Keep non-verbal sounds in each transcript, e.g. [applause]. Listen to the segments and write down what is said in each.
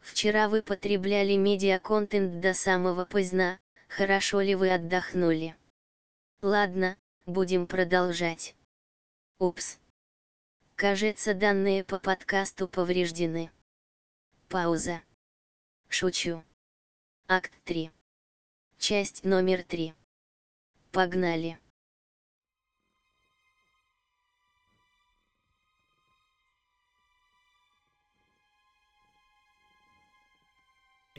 Вчера вы потребляли медиа-контент до самого поздна, хорошо ли вы отдохнули? Ладно, будем продолжать. Упс. Кажется, данные по подкасту повреждены. Пауза. Шучу. Акт 3. Часть номер 3. Погнали.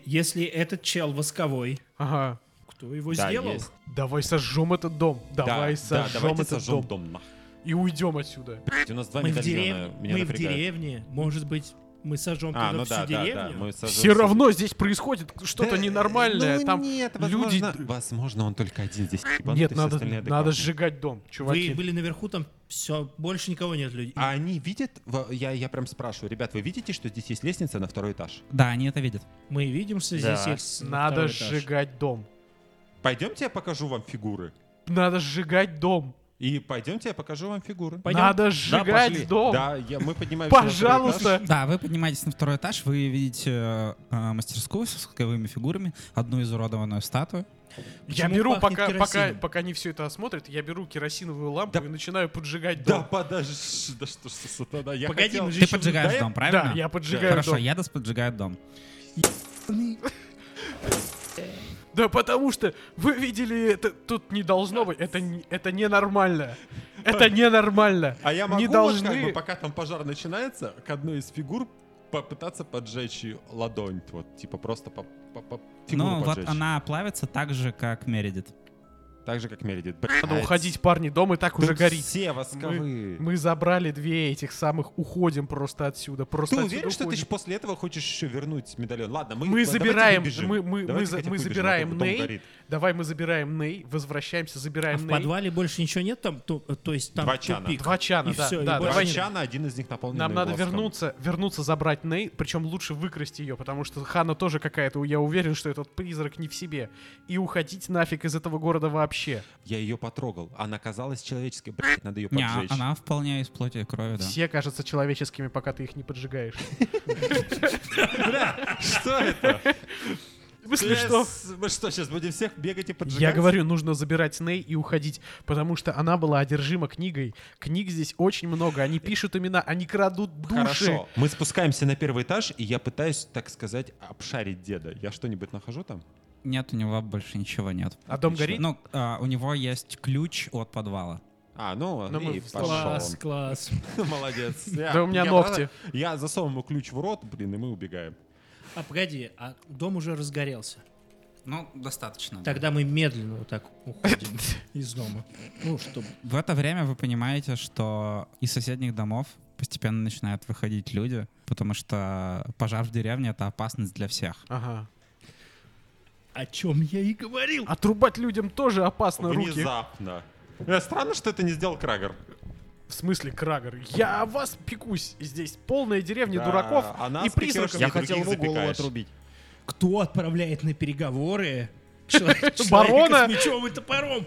Если этот чел восковой, Ага. кто его Да, сделал? есть. Давай сожжем этот дом. Давай да, да, сожжем давайте этот сожжем дом. дом. нах. И уйдем отсюда. Блядь, У нас два Мы в, медальона. дерев- меня мы в напрягает. деревне, может быть, мы сожжем А, тогда ну всю да, да, деревню? да. Мы сожжем Все всю- равно здесь происходит что-то Да, ненормальное. ну Там нет, люди... возможно, Возможно, он только один здесь. ебанутый, Нет, все надо, остальные надо адекватные. сжигать дом, чуваки. Вы были наверху, там все, больше никого нет людей. А они видят, во- я, я прям спрашиваю, ребят, вы видите, что здесь есть лестница на второй этаж? Да, они это видят. Мы видимся Да. здесь. есть Надо второй этаж. сжигать дом. Пойдемте я покажу вам фигуры. Надо сжигать дом. И пойдемте я покажу вам фигуры. Пойдем. Надо Да, сжигать пошли. дом. Да, я- мы поднимаемся на второй Пожалуйста. Да, вы поднимаетесь на второй этаж, вы видите э, э, мастерскую со восковыми фигурами, одну изуродованную статую. Я Почему беру, пахнет пока, пока, керосином? пока они все это осмотрят, я беру керосиновую лампу Да. и начинаю поджигать этаж. Да дом. подожди, да что ж за сатана, я Погоди, хотел- мы же Ты ещё- поджигаешь да, дом, правильно? Да, я поджигаю Хорошо, дом. Ядос поджигает дом. Да потому что вы видели, это тут не должно быть. Это, не- это ненормально. Это ненормально. А я могу, не вот должны... как бы, пока там пожар начинается, к одной из фигур попытаться поджечь ее ладонь, вот, типа просто по, по- по- фигуру Ну, вот поджечь. она плавится так же, как Мередит. Так же, как Мередит. Надо уходить, парни, дом и так уже горит. Все восковые. Мы забрали две этих самых, уходим просто отсюда. Просто Ты отсюда уверен, что ты уходим. же после этого хочешь еще вернуть медальон? Ладно, мы, Мы давайте забираем, выбежим. мы- мы- мы Давайте за- хотя бы мы выбежим, а забираем то потом Ней. горит. Давай мы забираем Ней, возвращаемся, А забираем в Ней. подвале больше ничего нет, там, то, э, то есть там Два чана. тупик. Два чана, И да. всё, и да больше давай- Два чана, один из них наполнен Нам надо воском. вернуться, вернуться забрать Ней, причем лучше выкрасть ее, потому что Хана тоже какая-то, я уверен, что этот призрак не в себе. И уходить нафиг из этого города вообще. Я ее потрогал. Она казалась человеческой. Блядь, надо ее Не, а поджечь. она вполне из плоти и крови, да. Все кажутся человеческими, пока ты их не [laughs] поджигаешь. Что это? В смысле, что? Мы что, сейчас будем всех бегать и поджигать? Я говорю, нужно забирать Ней и уходить, потому что она была одержима книгой. Книг здесь очень много. Они пишут имена, они крадут души. Хорошо. Мы спускаемся на первый этаж, и я пытаюсь, так сказать, обшарить деда. Я что-нибудь нахожу там? Нет, у него больше ничего нет. А дом Отлично. горит? Ну, а, у него есть ключ от подвала. А, ну, Ну, мы и встали. пошел Класс, он. класс. [laughs] Молодец. Я- Да у меня я ногти. правда- Я засовываю ему ключ в рот, блин, и мы убегаем. А погоди, а дом уже разгорелся. Ну, достаточно. да. Тогда мы медленно вот так [laughs] уходим из дома. Ну, чтобы... В это время вы понимаете, что из соседних домов постепенно начинают выходить люди, потому что пожар в деревне — это опасность для всех. Ага. О чем я и говорил. Отрубать людям тоже опасно руки. Внезапно. Э, Странно, что это не сделал Крагер. В смысле, Крагер? Я о вас пекусь. Здесь полная деревня Да, дураков а нас и призраков. пекешь Я хотел ему голову отрубить. Кто отправляет на переговоры человек- человека Барона? с мечом и топором?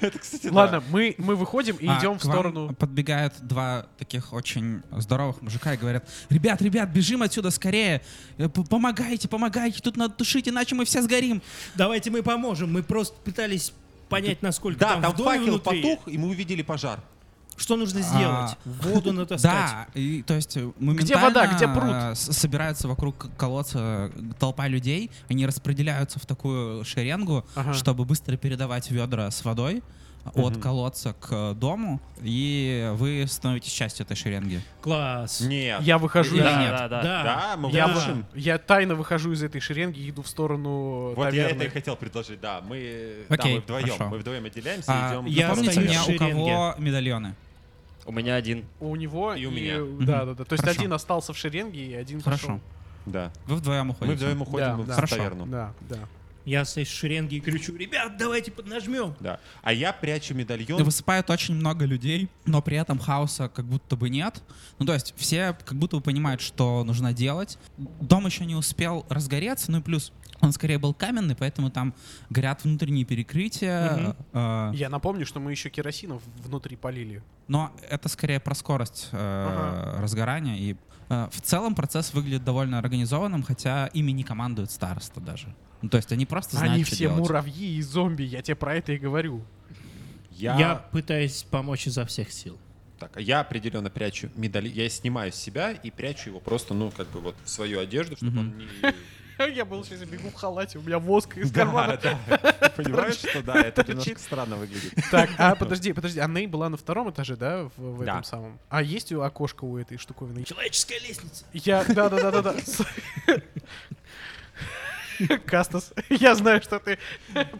Это, кстати, да. Ладно, мы, мы выходим и А идем в к вам сторону. подбегают два таких очень здоровых мужика и говорят, ребят, ребят, бежим отсюда скорее, Э, п- помогайте, помогайте, тут надо тушить, иначе мы все сгорим. Давайте мы поможем. Мы просто пытались понять, насколько Да, там там в доме факел внутри. потух, и мы увидели пожар. Что нужно сделать? А, [laughs] Воду натаскать. Да, и, то есть э, моментально вода, где пруд? э, с- собирается вокруг к- колодца э, толпа людей, они распределяются в такую шеренгу, Ага. чтобы быстро передавать ведра с водой от колодца к э, дому, и вы становитесь частью этой шеренги. Класс. Нет. Я выхожу. Да, из- э, Да, да, да. Да, мы Я, выложим. вы- я тайно выхожу из этой шеренги и иду в сторону Вот я это таверны. и хотел предложить, да. Мы, да, Окей, мы вдвоем, хорошо. мы вдвоем отделяемся и А, идем. я в Помните остаюсь меня, в у кого шеренге. медальоны? У меня один. У него И у меня. Да, да, да. То есть Хорошо. один остался в шеренге и один Хорошо. Да. Вы вдвоем Мы уходите. вдвоем Да, уходим да. в Хорошо. пошел. таверну. Да, да. Я стоишь в шеренге и кричу, ребят, давайте поднажмем. Да. А я прячу медальон. Высыпают очень много людей, но при этом хаоса как будто бы нет. Ну, то есть все как будто бы понимают, что нужно делать. Дом еще не успел разгореться, ну и плюс он скорее был каменный, поэтому там горят внутренние перекрытия. э, Я напомню, что мы еще керосинов внутри полили. но это скорее про скорость э, Ага. разгорания и э, Э, В целом процесс выглядит довольно организованным, хотя ими не командует староста даже. Ну, то есть они просто знают, Они что все делать. муравьи и зомби, я тебе про это и говорю. [laughs] Я... Я пытаюсь помочь изо всех сил. Так, а я определенно прячу медали. Я снимаю с себя и прячу его просто, ну, как бы вот в свою одежду, чтобы он [laughs] не... Я был сейчас бегу в халате, у меня воск из Да, кармана. да. Ты Понимаешь, что да, это немножко Торчит. [laughs] странно выглядит. Так, а подожди, подожди, а Ней была на втором этаже, да, в, в Да. этом самом? А есть у окошко у этой штуковины? Человеческая лестница. Я, да, да, да, да, да. Кастас, я знаю, что [laughs] ты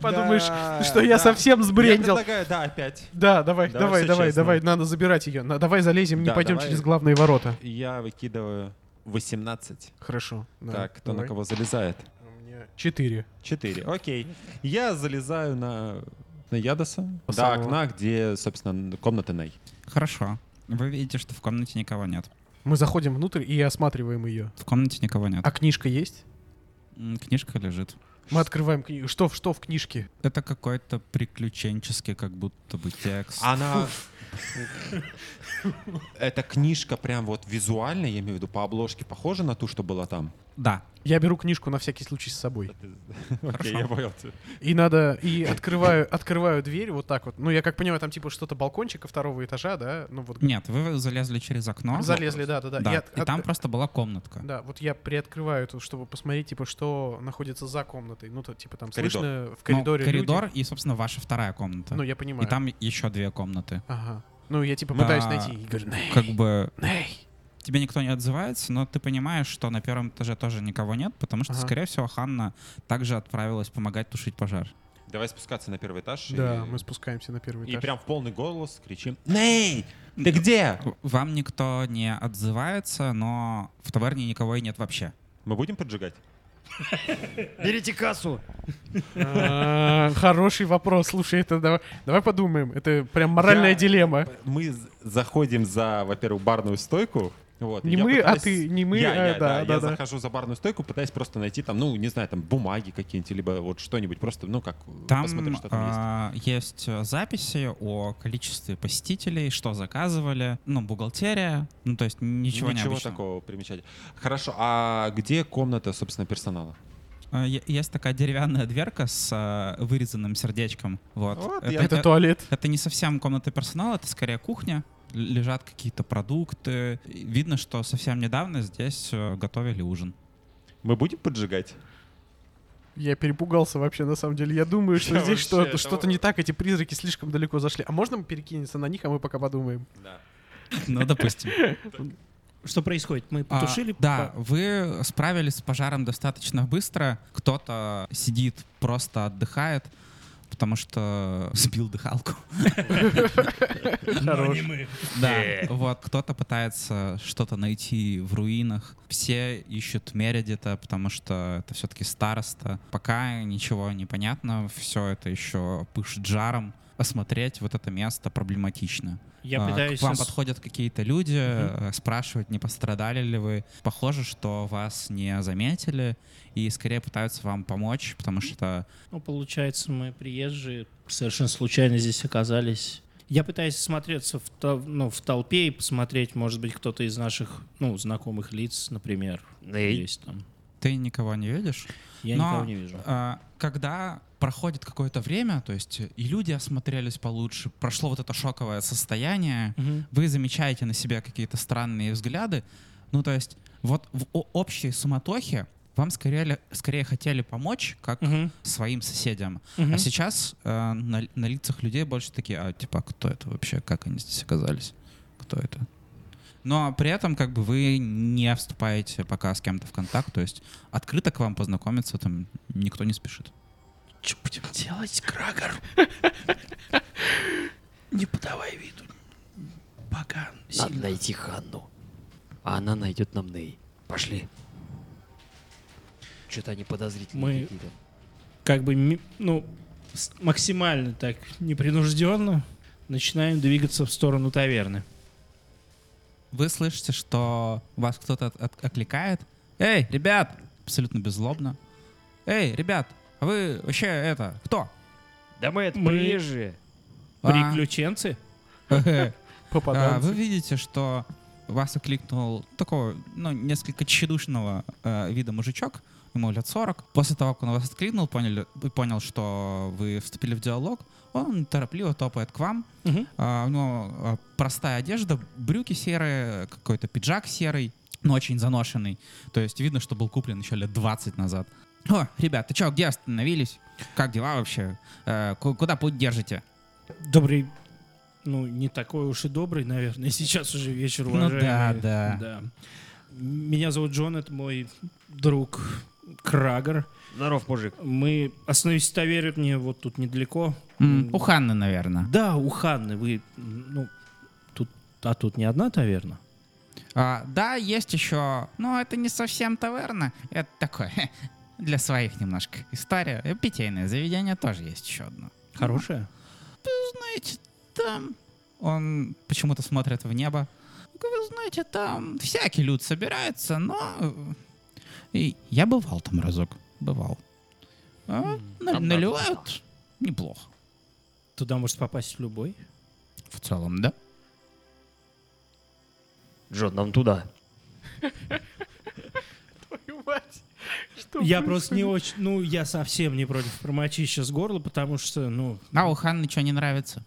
подумаешь, Да, что я да. совсем Я сбрендил. предлагаю, да, опять. Да, давай, Давай давай, всё давай, честно. давай, надо забирать ее. Давай залезем, не Да, пойдем давай. через главные ворота. Я выкидываю 18. Хорошо. да, Так, кто на давай. кого залезает? У меня Четыре. 4. Окей. Я залезаю на на Ядоса. По До самого. окна, где, собственно, комната Ней. Хорошо. Вы видите, что в комнате никого нет. Мы заходим внутрь и осматриваем ее. В комнате никого нет. А книжка есть? М, Книжка лежит. Мы открываем книгу. Что, в- что в книжке? Это какой-то приключенческий как будто бы текст. А Она... [laughs] Эта книжка прям вот визуально, я имею в виду, по обложке похожа на ту, что была там. [laughs] Да. Я беру книжку на всякий случай с собой. Окей, я понял тебя. И надо, и открываю, открываю дверь вот так вот. Ну, я как понимаю, там типа что-то балкончика второго этажа, да? Ну, вот Нет, вы залезли через окно. залезли, да, да, да. ну, Да. Я от- И там от- просто была комнатка. Да, вот я приоткрываю эту, чтобы посмотреть, типа, что находится за комнатой. Ну, то, типа, там Коридор. слышно в Ну, коридоре люди. коридор и, собственно, ваша вторая комната. Ну, я и понимаю. там еще две комнаты. Ага. Ну, я, типа, Да. пытаюсь найти. И говорю, «Ней, Как бы Ней». тебе никто не отзывается, но ты понимаешь, что на первом этаже тоже никого нет, потому что, Ага. скорее всего, Ханна также отправилась помогать тушить пожар. Давай спускаться на первый этаж. и- Да, мы спускаемся на первый И этаж. прям в полный голос кричим «Ней! Ты где?» В- Вам никто не отзывается, но в таверне никого и нет вообще. Мы будем поджигать? Берите кассу. А, Хороший вопрос. Слушай, это давай, давай подумаем. Это прям моральная Я- дилемма. Мы з- заходим за, во-первых, барную стойку. Вот, и Не я мы, а ты, не мы, я, а, я, да, да, да, я да. захожу за барную стойку, пытаясь просто найти там, ну, не знаю, там бумаги какие-нибудь, либо вот что-нибудь, просто, ну, как, Там, посмотрим, что там есть. а, есть. э, записи о количестве посетителей, что заказывали, ну, бухгалтерия, ну, то есть ничего, необычного. такого примечательного. Хорошо, а где комната, собственно, персонала? Э, е- Есть такая деревянная дверка с э, вырезанным сердечком. Вот. Вот, я- Это туалет. Это не совсем комната персонала, это скорее кухня. Л- Лежат какие-то продукты. И Видно, что совсем недавно здесь э, готовили ужин. [laughs] Мы будем поджигать? Я перепугался вообще, на самом деле. Я думаю, что Я здесь вообще что- этого- что-то не так, эти призраки слишком далеко зашли. А можно мы перекинемся на них, а мы пока [laughs] подумаем? Да. Ну, допустим. Что происходит? Мы А, потушили? Да, вы справились с пожаром достаточно быстро. Кто-то сидит, просто отдыхает, потому что [laughs] сбил дыхалку. Ну, Но не мы. Да, вот кто-то пытается что-то найти в руинах. Все ищут Мередита, потому что это все-таки староста. Пока ничего не понятно, все это еще пышет жаром. Осмотреть вот это место проблематично. Я А, пытаюсь... К вам ос- подходят какие-то люди, э, спрашивают, не пострадали ли вы. Похоже, что вас не заметили и скорее пытаются вам помочь, потому что Ну, получается, мы приезжие совершенно случайно здесь оказались. Я пытаюсь смотреться в, тол- ну, в толпе и посмотреть, может быть, кто-то из наших ну, знакомых лиц, например, есть там. ты никого не видишь. Я Но, никого не вижу. а, когда проходит какое-то время, то есть э, и люди осмотрелись получше, прошло вот это шоковое состояние, Мгм. вы замечаете на себя какие-то странные взгляды. Ну, то есть вот в о- общей суматохе вам скорее, скорее хотели помочь, как Мгм. своим соседям. Мгм. А сейчас э, на, на лицах людей больше такие, а типа, а кто это вообще, как они здесь оказались, кто это. Но при этом как бы вы не вступаете пока с кем-то в контакт, то есть открыто к вам познакомиться там никто не спешит. Что будем делать, Крагер? Не подавай виду. Пока. Надо найти Ханну. А она найдет нам Ней. Пошли. Что-то они подозрительные Мы- какие-то. Как бы, ми- ну, с- максимально так непринужденно начинаем двигаться в сторону таверны. Вы слышите, что вас кто-то от- от- окликает. Эй, ребят! Абсолютно беззлобно. Эй, ребят, а вы вообще это, кто? Да мы это Мы- приезжие. А. Приключенцы? А, Попаданцы. [laughs] Вы видите, что вас окликнул такого, ну, несколько тщедушного э, вида мужичок, ему лет 40. После того, как он вас откликнул, поняли, понял, что вы вступили в диалог, он торопливо топает к вам. Мгм. А, у него а, простая одежда, брюки серые, какой-то пиджак серый, но очень заношенный. То есть видно, что был куплен еще лет 20 назад. О, ребята, что, где остановились? Как дела вообще? Э, ку- куда путь держите? Добрый, ну, не такой уж и добрый, наверное, [laughs] сейчас уже вечер, Ну да, уважаемые. да. Меня зовут Джон, это мой друг Крагер. Здоров, мужик. Мы остановились в таверне вот тут недалеко. М, У Ханны, наверное. Да, у Ханны вы, ну, тут, а тут не одна таверна? А, да, есть еще, но это не совсем таверна, это такое, [laughs] для своих немножко история. И Питейное заведение тоже есть еще одно. Хорошая? знаете, там... Он почему-то смотрит в небо. Вы знаете, там всякий люд собирается, но... э, И я бывал там разок. Бывал. А, на- там наливают неплохо. Туда может попасть любой. В целом, да? Джон, нам туда. Твою мать. Что Я просто не очень, ну, я совсем не против промочи сейчас горло, потому что, ну, А у Ханны что не нравится?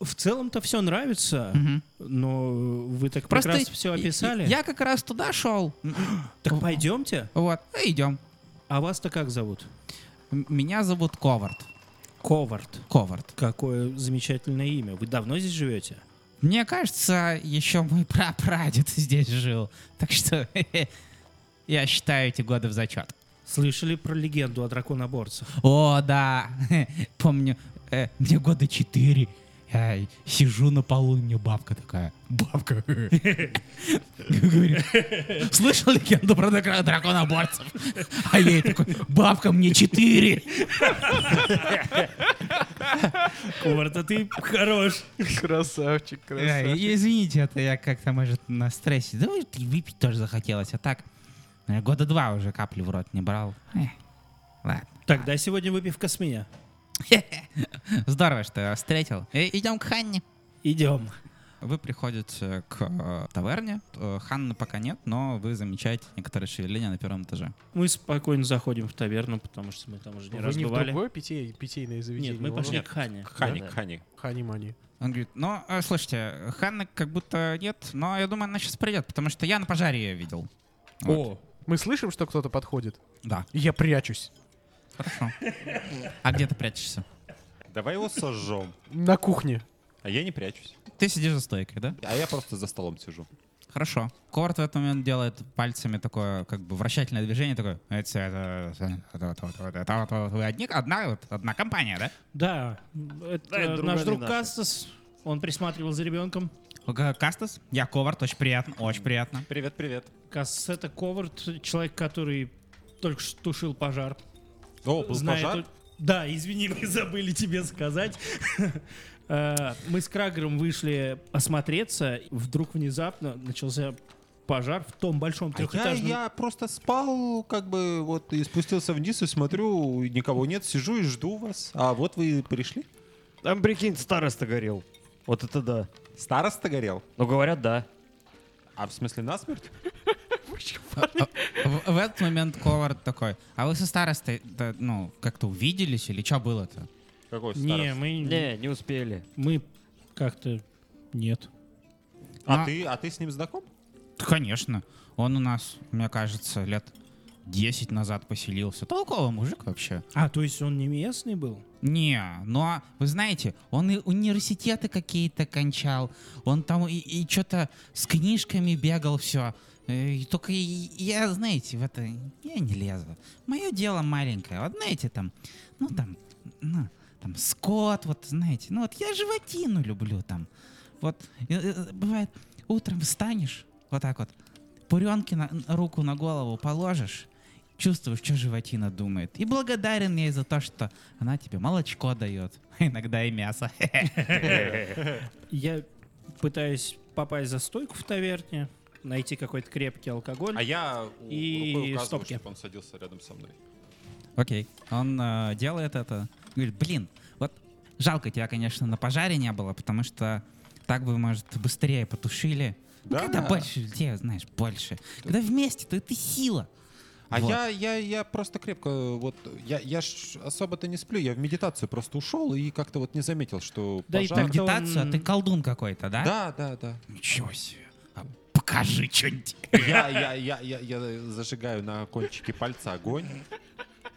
в целом-то все нравится, Мгм. но вы так прекрасно все и- и- описали. Я как раз туда шел. [gasps] Так пойдемте. Вот, идем. А вас-то как зовут? Меня зовут Ковард. Ковард. Ковард. Какое замечательное имя. Вы давно здесь живете? Мне кажется, еще мой прапрадед [laughs] здесь жил. Так что [laughs] я считаю эти годы в зачет. Слышали про легенду о драконоборцах? О, да, [laughs] помню, э, мне года четыре, я сижу на полу, и мне бабка такая, бабка, [laughs] говорит, слышал легенду про дра- драконоборцев? [laughs] А я ей такой, бабка, мне четыре. Ковард, а ты хорош. Красавчик, Э, красавчик. Извините, это я как-то, может, на стрессе, да вот и выпить тоже захотелось, а так, э, года два уже капли в рот не брал. Эх, Ладно. Тогда сегодня выпивка с меня. Здорово, что я вас встретил. Идем к Ханне. Идем. Вы приходите к э, таверне. Э, Ханны пока нет, но вы замечаете некоторые шевеления на первом этаже. Мы спокойно заходим в таверну, потому что мы там уже не Вы раз не в бывали. другое питей- питейное заведение? Нет, мы у пошли нас? к Хане. Хани, Да-да. Хани. Хани-мани. Он говорит, ну, э, слушайте, Ханны как будто нет, но я думаю, она сейчас придет, потому что я на пожаре ее видел. О, Мы слышим, что кто-то подходит? Да, Я прячусь. хорошо. А где ты прячешься? Давай его сожжем. На кухне. А я не прячусь. Ты сидишь за стойкой, да? А я просто за столом сижу. Хорошо. Корт в этот момент делает пальцами такое, как бы, вращательное движение, такое. «Эти, это, это, это, это, это, это, это, это, вы одни- Одна вот, одна компания, да? да. Это Да, это наш другая друг не наша. Кастас. Он присматривал за ребенком. Ка- Кастас, я Ковард, очень приятно, очень приятно. Привет, привет. Кастас — это Ковард, человек, который только что тушил пожар. О, был Знает пожар? он- Да, извини, [laughs] мы забыли тебе сказать. [laughs] Э, Мы с Крагером вышли осмотреться. Вдруг внезапно начался пожар в том большом А я, трехэтажном... я просто спал, как бы, вот, и спустился вниз, и смотрю, никого нет, сижу и жду вас. А вот вы пришли? Там, прикинь, староста горел. Вот это да. Староста горел? Ну, говорят, да. А в смысле насмерть? В, в этот момент Ковард такой, а вы со старостой, да, ну, как-то увиделись или что было-то? Какой Не, мы, Не, не успели. мы как-то... Нет. А, А. ты, а ты с ним знаком? «Да, Конечно, он у нас, мне кажется, лет 10 назад поселился. Толковый мужик вообще. А, то есть он не местный был? Не, но вы знаете, он и университеты какие-то кончал, он там и, что-то с книжками бегал, все. только и- я, знаете, в это я не лезу. Мое дело маленькое. Вот знаете, там, ну там, ну, там скот, вот знаете, ну вот я животину люблю там. Вот э, э, бывает, утром встанешь, вот так вот, пуренки на руку на голову положишь, чувствуешь, что животина думает. И благодарен ей за то, что она тебе молочко дает, [laughs] а иногда и мясо. [laughs] Я пытаюсь попасть за стойку в таверне, найти какой-то крепкий алкоголь. А я И рукой указываю, стопки. чтоб он садился рядом со мной. Окей. Он э, делает это. Говорит, блин, вот жалко тебя, конечно, на пожаре не было, потому что так бы, может, быстрее потушили. Ну, Да. когда больше людей, знаешь, больше. Когда вместе, то это сила. А Вот. я, я, я просто крепко, вот, я, я ж особо-то не сплю, я в медитацию просто ушел и как-то вот не заметил, что Да и пожар- Так-то так- Медитацию, а он- ты колдун какой-то, да? Да, да, да. Ничего себе. А Покажи что-нибудь. Я, я, я, я, я зажигаю на кончике пальца огонь.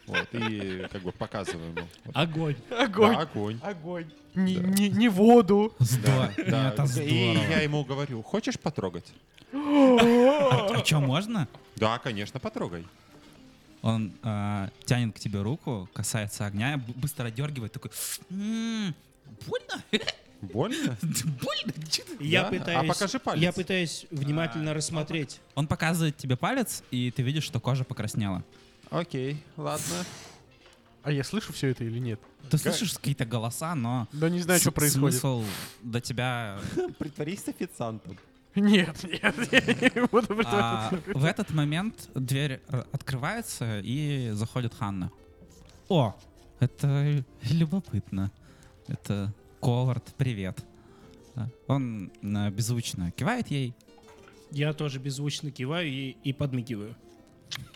Вот, и как бы показываю ему. Вот. Огонь. Огонь. Да, огонь. Огонь. Не, не, не воду. [laughs] Здорово. Да, Это и я здорово. ему говорю, хочешь потрогать? А что, можно? Да, конечно, потрогай. Он а, тянет к тебе руку, касается огня, б- быстро отдергивает, такой... «М, Больно? [laughs] Больно? Больно? Чё ты?» Я Да? А пытаюсь, покажи палец. А, Я пытаюсь внимательно рассмотреть. Он показывает тебе палец, и ты видишь, что кожа покраснела. Окей, ладно. А я слышу все это или нет? Ты слышишь какие-то голоса, но... Да не знаю, с- что происходит. Смысл до тебя... Притворись официантом. [laughs] Нет, нет, [laughs] я не буду А, притворяться. в этот момент дверь э, открывается, и заходит Ханна. О, это любопытно. Это Ковард, привет. А, Он э, беззвучно кивает ей. Я тоже беззвучно киваю и, и подмигиваю.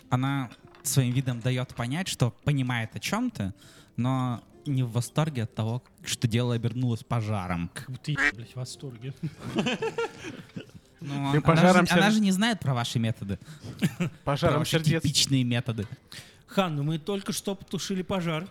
Она своим видом дает понять, что понимает о чем ты, но не в восторге от того, что дело обернулось пожаром. Как будто я, блядь, в восторге. Ну, Ты он- пожаром она, же, она сер- же не знает про ваши методы. про Пожаром ваши сердец. типичные методы. Хан, ну мы только что потушили пожар.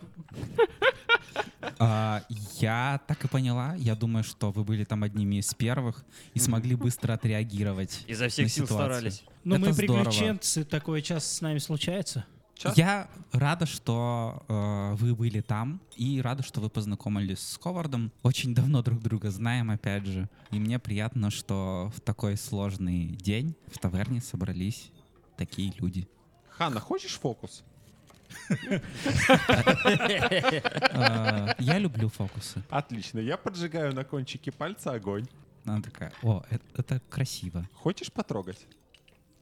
А, я так и поняла. Я думаю, что вы были там одними из первых и смогли быстро отреагировать. Изо всех на сил ситуацию. старались. Но Это Ну, мы здорово. приключенцы, такое часто с нами случается. Ча- Я рада, что э, вы были там, и рада, что вы познакомились с Ховардом. Очень давно друг друга знаем, опять же. И мне приятно, что в такой сложный день в таверне собрались такие люди. Ханна, хочешь фокус? Э, я люблю фокусы. Отлично, я поджигаю на кончике пальца огонь. Она такая, о, э- это красиво. Хочешь потрогать?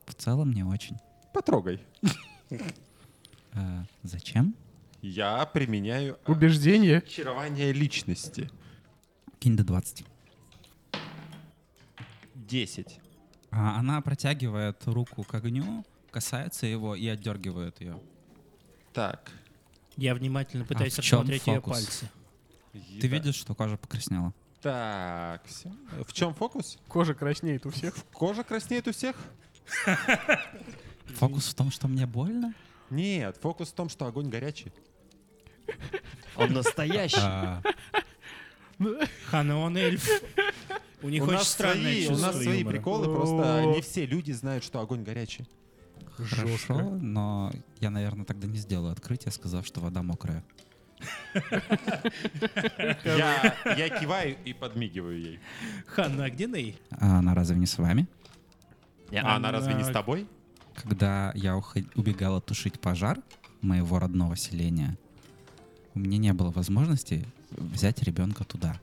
В целом не очень. Потрогай. Э, зачем? Я применяю а, Убеждение. очарование личности. Кинь до 20. 10. А, она протягивает руку к огню, касается его и отдергивает ее. Так. Я внимательно пытаюсь в чём рассмотреть ее фокус? пальцы. Да. Ты видишь, что кожа покраснела? Так, всё. В чем фокус? Кожа краснеет у всех. Кожа краснеет у всех? Фокус в том, что мне больно? Нет, фокус в том, что огонь горячий. [laughs] Он настоящий. А, Хан, а он эльф. У них у, очень нас странное свои, у чувство нас свои юмора. приколы, просто не все люди знают, что огонь горячий. хорошо, но я, наверное, тогда не сделаю открытие, сказав, что вода мокрая. Я, я киваю и подмигиваю ей. Хан, а где Ней? А она разве не с вами? А она разве не с Так. тобой? Когда я уход- убегала тушить пожар моего родного селения, у меня не было возможности взять ребенка туда.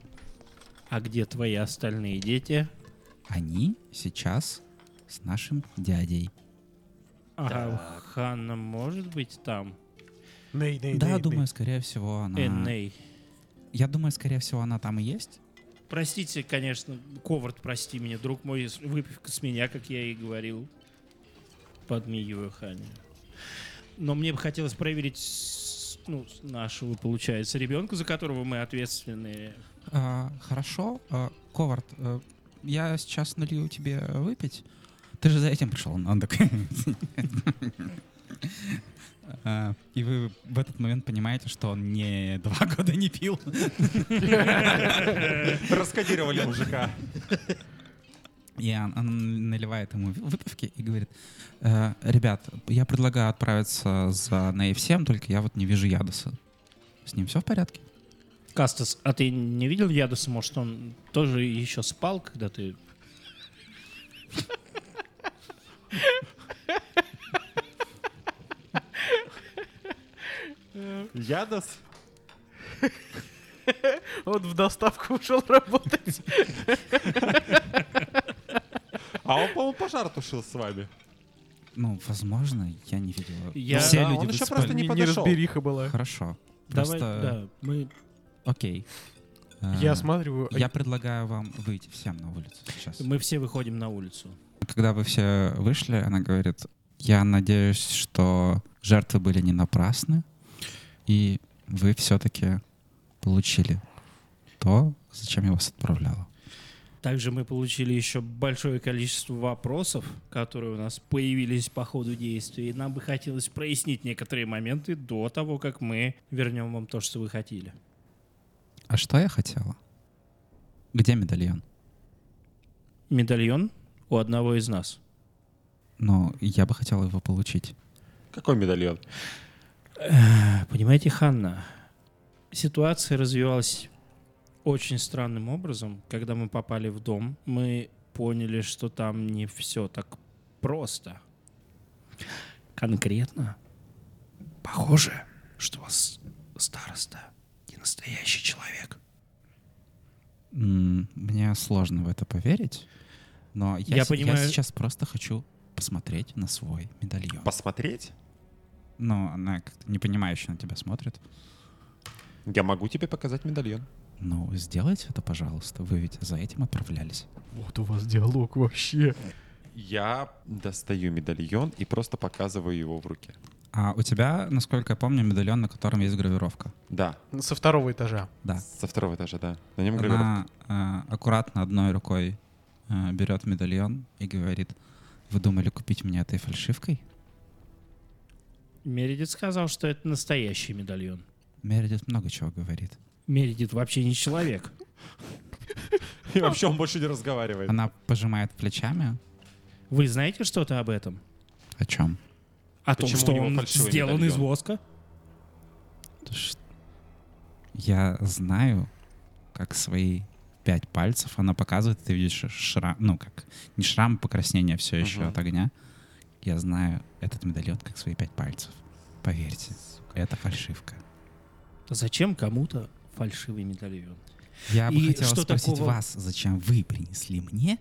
А где твои остальные дети? Они сейчас с нашим дядей. Ага, Ханна ну, может быть там? Ней, ней, да, ней, думаю, ней. скорее всего, она... Э, Ней. Я думаю, скорее всего, она там и есть. Простите, конечно, Ковард, прости меня, друг мой, с- выпивка с меня, как я и говорил. Подмигиваю Хане. Но мне бы хотелось проверить с- ну, с нашего, получается, ребенка, за которого мы ответственны. А, хорошо, А, Ковард, э, я сейчас налью тебе выпить. Ты же за этим пришел, он такой. [laughs] А, И вы в этот момент понимаете, что он не [laughs] два года не пил. Раскодировали мужика. И он- он наливает ему выпивки и говорит, «Э, ребят, я предлагаю отправиться за Ней всем, только я вот не вижу Ядоса. С ним все в порядке? Кастас, а ты не видел Ядуса? Может, он тоже еще спал, когда ты... Ядос? Он в доставку [laughs] ушел работать. А он, по-моему, пожар тушил с вами. Ну, возможно, я не видел. Я- Ну, Все Да, люди он еще выспали. просто не подошел. разбериха была. Хорошо. Давай, Просто- да, мы... Окей. Э, Я смотрю. а Я предлагаю вам выйти всем на улицу сейчас. Мы все выходим на улицу. Когда вы все вышли, она говорит, я надеюсь, что жертвы были не напрасны, и вы все-таки получили то, зачем я вас отправляла. Также мы получили еще большое количество вопросов, которые у нас появились по ходу действия, и нам бы хотелось прояснить некоторые моменты до того, как мы вернем вам то, что вы хотели. А что я хотела? Где медальон? Медальон у одного из нас. Но Ну, я бы хотела его получить. Какой медальон? Понимаете, Ханна, ситуация развивалась очень странным образом. Когда мы попали в дом, мы поняли, что там не все так просто. Конкретно. Похоже, что у вас староста не настоящий человек. М, Мне сложно в это поверить, но я, Я с- я понимаю. сейчас просто хочу посмотреть на свой медальон. Посмотреть? Но она как-то непонимающе на тебя смотрит. Я могу тебе показать медальон. Ну, сделайте это, пожалуйста. Вы ведь за этим отправлялись. Вот у вас диалог вообще. Я достаю медальон и просто показываю его в руке. А у тебя, насколько я помню, медальон, на котором есть гравировка. Да, Со второго этажа. Да. со второго этажа, да. На нем Ну, гравировка. Она э, аккуратно одной рукой э, берет медальон и говорит, вы думали купить меня этой фальшивкой? Мередит сказал, что это настоящий медальон. Мередит много чего говорит. Мередит вообще не человек. И вообще он больше не разговаривает. Она пожимает плечами. Вы знаете что-то об этом? О чем? О том, Почему что у него он фальшивый сделан из медальон? воска? Я знаю, как свои пять пальцев она показывает, ты видишь шрам, ну как, не шрам, а покраснение все еще Мгм. от огня. Я знаю этот медальон как свои пять пальцев. Поверьте, это фальшивка. Зачем кому-то фальшивый медальон? Я бы И хотела что спросить такого- вас, зачем вы принесли мне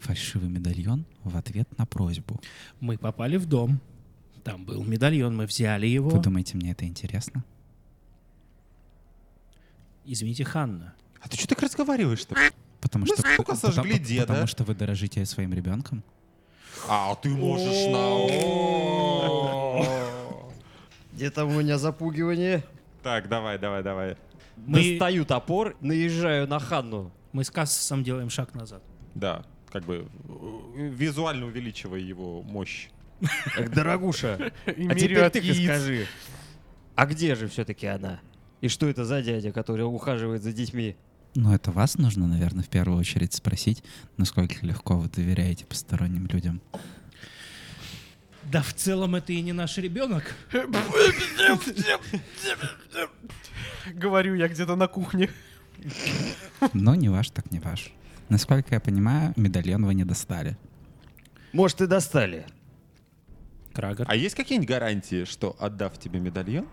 фальшивый медальон в ответ на просьбу. Мы попали в дом. Там был медальон, мы взяли его. Вы думаете, мне это интересно? Извините, Ханна. А ты что так разговариваешь-то? Потому Ну, Мы, что, сука, сожгли потому- деда. потому что вы дорожите своим ребенком. А ты можешь на... Где там у меня запугивание? Так, давай, давай, давай. Мы- Достаю топор, наезжаю на Ханну. Мы с Кассом делаем шаг назад. Да, как бы э, визуально увеличивая его мощь. [laughs] Так, дорогуша, И а теперь мерят ты яиц. скажи, а где же все-таки она? И что это за дядя, который ухаживает за детьми? Ну, это вас нужно, наверное, в первую очередь спросить, насколько легко вы доверяете посторонним людям. Да в целом это и не наш ребенок. Говорю я где-то на [laughs] кухне. Но не ваш, так не ваш. Насколько я понимаю, медальон вы не достали. Может, и достали. Крагер. А есть какие-нибудь гарантии, что отдав тебе медальон,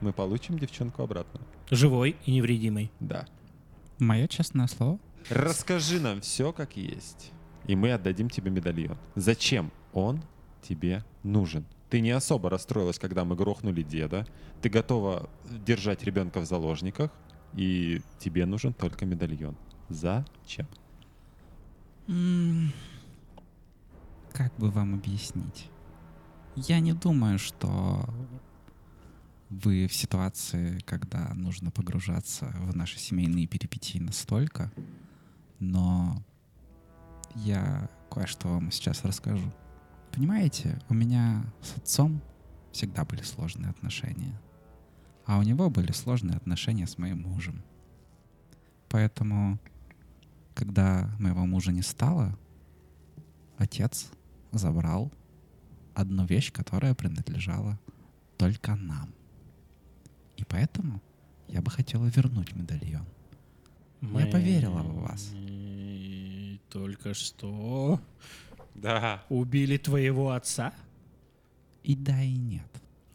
мы получим девчонку обратно? Живой и невредимый. Да. Мое честное слово. Расскажи нам все как есть, и мы отдадим тебе медальон. Зачем он тебе нужен? Ты не особо расстроилась, когда мы грохнули деда. Ты готова держать ребенка в заложниках, и тебе нужен только медальон. Зачем? М, Как бы вам объяснить? Я не думаю, что вы в ситуации, когда нужно погружаться в наши семейные перипетии настолько, но я кое-что вам сейчас расскажу. Понимаете, у меня с отцом всегда были сложные отношения, а у него были сложные отношения с моим мужем. Поэтому когда моего мужа не стало, отец забрал одну вещь, которая принадлежала только нам. И поэтому я бы хотела вернуть медальон. Я поверила в вас. И Только что Да. убили твоего отца? И да, и нет.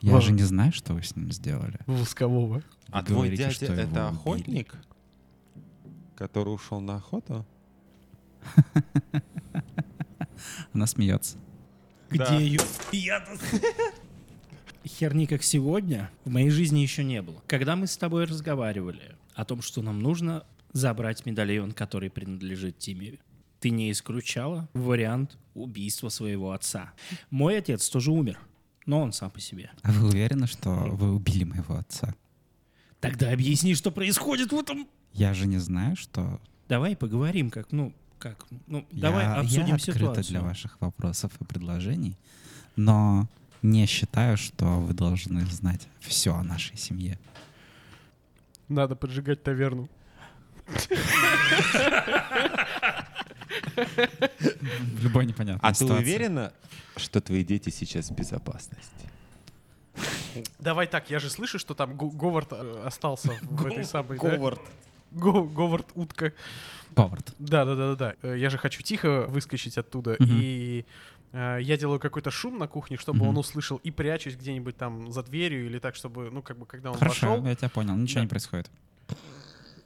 Я Ладно. же не знаю, что вы с ним сделали. Воскового. А Вы твой говорите, дядя что его это убили. охотник, который ушел на охоту? Она смеется. Где Да. ее? Я-то [laughs] Херни, как сегодня, в моей жизни еще не было. Когда мы с тобой разговаривали о том, что нам нужно забрать медальон, который принадлежит Тимеве. Ты не исключала вариант убийства своего отца. Мой отец тоже умер, но он сам по себе. А вы уверены, что вы убили моего отца? Тогда объясни, что происходит в этом... Я же не знаю, что... Давай поговорим, как, ну, как, ну, давай я, обсудим я открыта ситуацию. для ваших вопросов и предложений, но не считаю, что вы должны знать все о нашей семье. Надо поджигать таверну. В любой непонятной А ты ситуации. уверена, что твои дети сейчас в безопасности? Давай так, я же слышу, что там Го- Говард э, остался в этой самой... да? Го- Говард утка. Говард. Да, да, да, да, да. Э, Я же хочу тихо выскочить оттуда, Мгм. и э, я делаю какой-то шум на кухне, чтобы Мгм. он услышал, и прячусь где-нибудь там за дверью или так, чтобы, ну, как бы, когда он Хорошо, вошел, я тебя понял. Ничего Да. не происходит.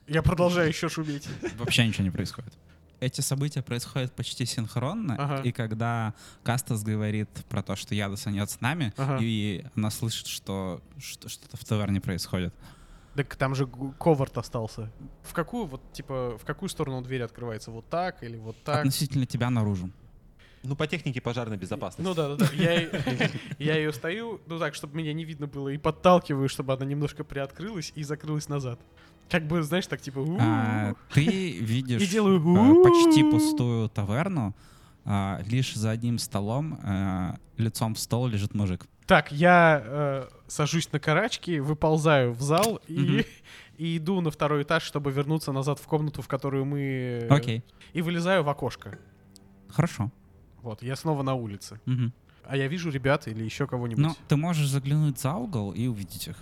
я продолжаю еще шуметь. Вообще ничего не происходит. Эти события происходят почти синхронно, Ага. и когда Кастас говорит про то, что Ядаса нет с нами, Ага. и она слышит, что что- что-то в таверне происходит. Так там же Гу- Говард остался. В какую, вот, типа, в какую сторону дверь открывается? Вот так или вот так? Относительно тебя наружу. Ну, по технике пожарной безопасности. Ну да, да, да. Я, е- [laughs] я ее стою, ну так, чтобы меня не видно было, и подталкиваю, чтобы она немножко приоткрылась и закрылась назад. Как бы, знаешь, так типа... «У-у-у». А, ты видишь И делаю э, почти «У-у-у». пустую таверну, а, лишь за одним столом, э, лицом в стол лежит мужик. Так, я э, сажусь на карачки, выползаю в зал и, [laughs] и иду на второй этаж, чтобы вернуться назад в комнату, в которую мы... э, Окей, И вылезаю в окошко. хорошо. Вот, я снова на улице. Мгм. А я вижу ребят или еще кого-нибудь. Ну, ты можешь заглянуть за угол и увидеть их.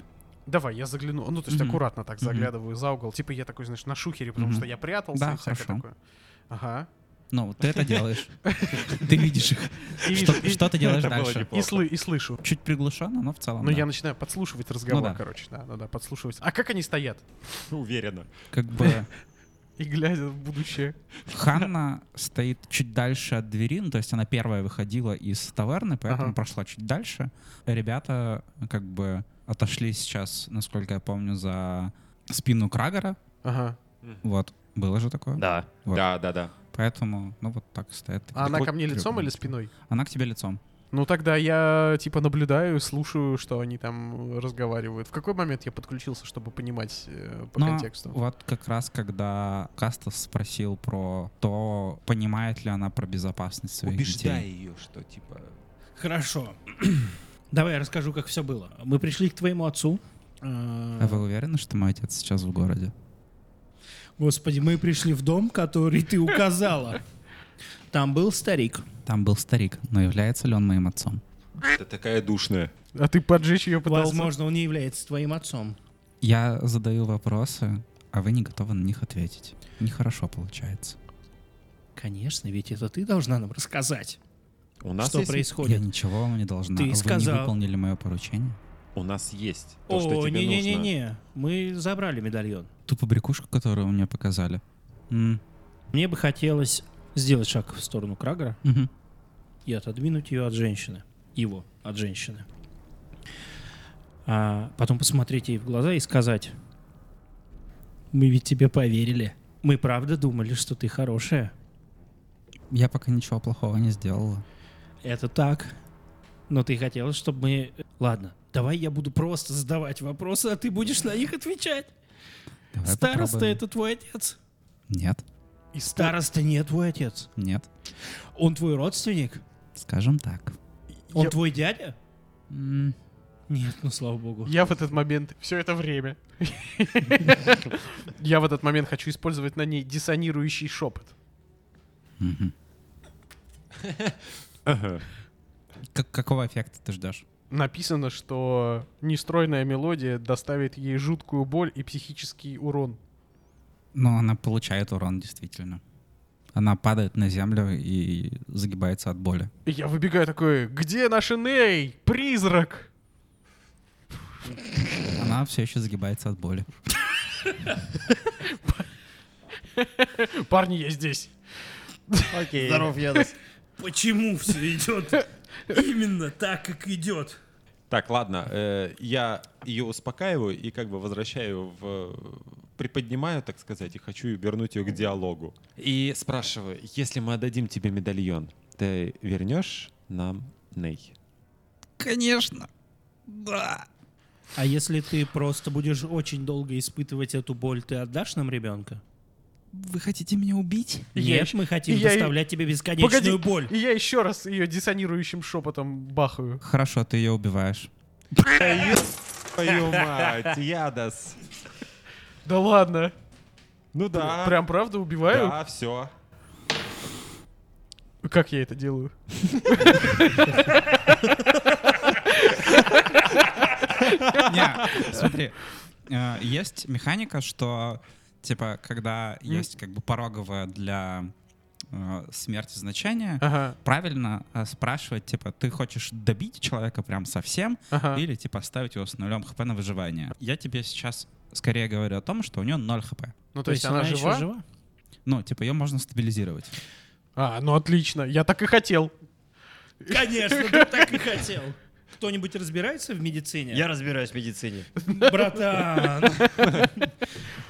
Давай, я загляну. Ну, то есть Мгм. аккуратно так Мгм. заглядываю за угол. Типа я такой, знаешь, на шухере, потому Мгм. что я прятался Да, и всякое хорошо. такое. Ага. Ну, [laughs] ты это делаешь. Ты видишь их. И, Что, вижу- и- [laughs] что ты делаешь Это было дальше? неплохо. и слы- и слышу. Чуть приглушенно, но в целом. Но Ну, да. Ну я начинаю подслушивать разговор, да. короче. Да, да, да, подслушивать. А как они стоят? Уверенно. Как бы [laughs] И глядя в будущее. Ханна стоит чуть дальше от двери, ну, то есть она первая выходила из таверны, поэтому Ага. прошла чуть дальше. Ребята как бы отошли сейчас, насколько я помню, за спину Крагера. Ага. Вот, было же такое. Да. Вот. Да, да, да. Поэтому, ну вот так стоит. А она хоть ко мне лицом трёпнуть. или спиной? Она к тебе лицом. Ну тогда я типа наблюдаю, слушаю, что они там разговаривают. В какой момент я подключился, чтобы понимать э, по Но контексту? Вот как раз, когда Кастас спросил про то, понимает ли она про безопасность своих Убеждай детей. ее, что типа... Хорошо. [clears throat] Давай я расскажу, как все было. Мы пришли к твоему отцу. Э, А вы уверены, что мой отец сейчас в городе? Господи, мы пришли в дом, который ты указала. Там был старик. Там был старик, но является ли он моим отцом? Ты такая душная. А ты поджечь ее пытался? Возможно, он не является твоим отцом. Я задаю вопросы, а вы не готовы на них ответить. Нехорошо получается. Конечно, ведь это ты должна нам рассказать, У нас, что есть, Я происходит. ничего вам не должна. Ты вы не сказал. выполнили мое поручение. у нас есть то, что О, тебе нужно. не-не-не-не, мы забрали медальон. Ту побрякушку, которую мне показали. М, Мне бы хотелось сделать шаг в сторону Крагера мгм. и отодвинуть ее от женщины. Его от женщины. А потом посмотреть ей в глаза и сказать, мы ведь тебе поверили. Мы правда думали, что ты хорошая. Я пока ничего плохого не сделала. Это так. Но ты хотела, чтобы мы... Ладно, давай я буду просто задавать вопросы, а ты будешь на них отвечать. Давай Староста попробуем. это твой отец. Нет, И ст- Староста не твой отец. нет. Он твой родственник? Скажем так. Он Я- твой дядя? М, Нет, ну слава богу. Я в этот момент, все это время, [laughs] я в этот момент хочу использовать на ней диссонирующий шепот. мгм. Ага. Как- какого эффекта ты ждешь? Написано, что нестройная мелодия доставит ей жуткую боль и психический урон. Ну, она получает урон, действительно. Она падает на землю и загибается от боли. И я выбегаю такой, где наш Ней? Призрак! Она все еще загибается от боли. Парни, я здесь. Окей. Здоров, Ядас. Почему все идет именно так, как идет? Так, ладно, э, я ее успокаиваю и как бы возвращаю в э, приподнимаю, так сказать, и хочу вернуть ее к диалогу. И спрашиваю, если мы отдадим тебе медальон, ты вернешь нам Ней? Конечно. Да. А если ты просто будешь очень долго испытывать эту боль, ты отдашь нам ребенка? Вы хотите меня убить? я Нет, ещё- мы хотим и я и- доставлять тебе бесконечную боль. И я еще раз ее диссонирующим шепотом бахаю. Хорошо, ты ее убиваешь. Твою мать, Ядас. Да ладно. Ну да. Прям правда убиваю? Да, все. Как я это делаю? [laughs] Не, смотри, э, есть механика, что типа, когда есть как бы пороговое для э, смерти значение, Ага. правильно э, спрашивать, типа, ты хочешь добить человека прям совсем Ага. или, типа, оставить его с нулем хп на выживание? Я тебе сейчас скорее говорю о том, что у нее 0 хп. Ну, то есть она ещё жива? Ну, типа, ее можно стабилизировать. А, ну отлично. Я так и хотел. [laughs] Конечно, ты так и хотел. Кто-нибудь разбирается в медицине? [laughs] Я разбираюсь в медицине. Братан,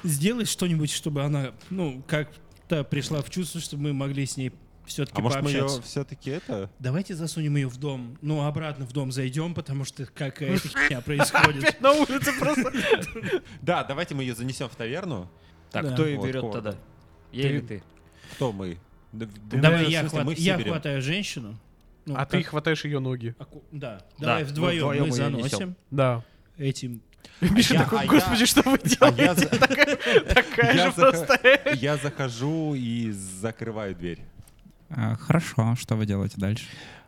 сделай что-нибудь, чтобы она, ну, как-то пришла в чувство, чтобы мы могли с ней все-таки А может мы пообщаться. ее все-таки это? Давайте засунем ее в дом. Ну, обратно в дом зайдем, потому что какая-то херня происходит. [laughs] На улице просто. Да, давайте мы ее занесем в таверну. Так, Да. кто ее Вот, берет вот. тогда? Я или ты? Кто мы? Да, Давай в я, смысле, хват- мы все я берем. хватаю женщину. Ну, А как- ты хватаешь ее ноги. Аку- Да, давай мы вдвоем, вдвоем мы её заносим несём. Да. этим. Миша я- а такой, я- господи, что вы А я делаете? за- Такая я же зах- простая. Я захожу и закрываю дверь. Э, Хорошо, что вы делаете дальше?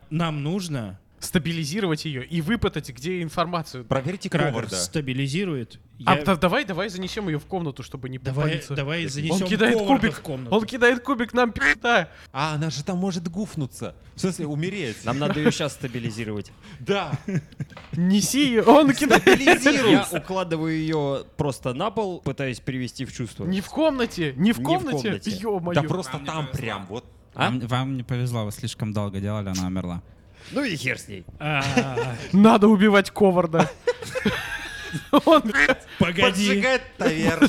Нам нужно, Стабилизировать ее и выпытать, где информацию. Проверьте Крагер Коварда. стабилизирует. А Я- да- давай, давай занесем ее в комнату, чтобы не Давай, попалиться. давай занесем Он кидает Говарда кубик. в комнату. Он кидает кубик нам пи***та. А, она же там может гуфнуться. В смысле, умереть. Нам надо ее сейчас стабилизировать. Да. Неси ее. Он кидает. Я укладываю ее просто на пол, пытаюсь привести в чувство. Не в комнате, не в Не в комнате. комнате. Ё-моё. Да просто Нам не там повезло. прям. Вот А? Вам, вам не повезло, вы слишком долго делали, она умерла. Ну и хер с ней. [laughs] А, Надо убивать Коварда. [laughs] Он, блядь, Погоди, поджигать [laughs] таверну.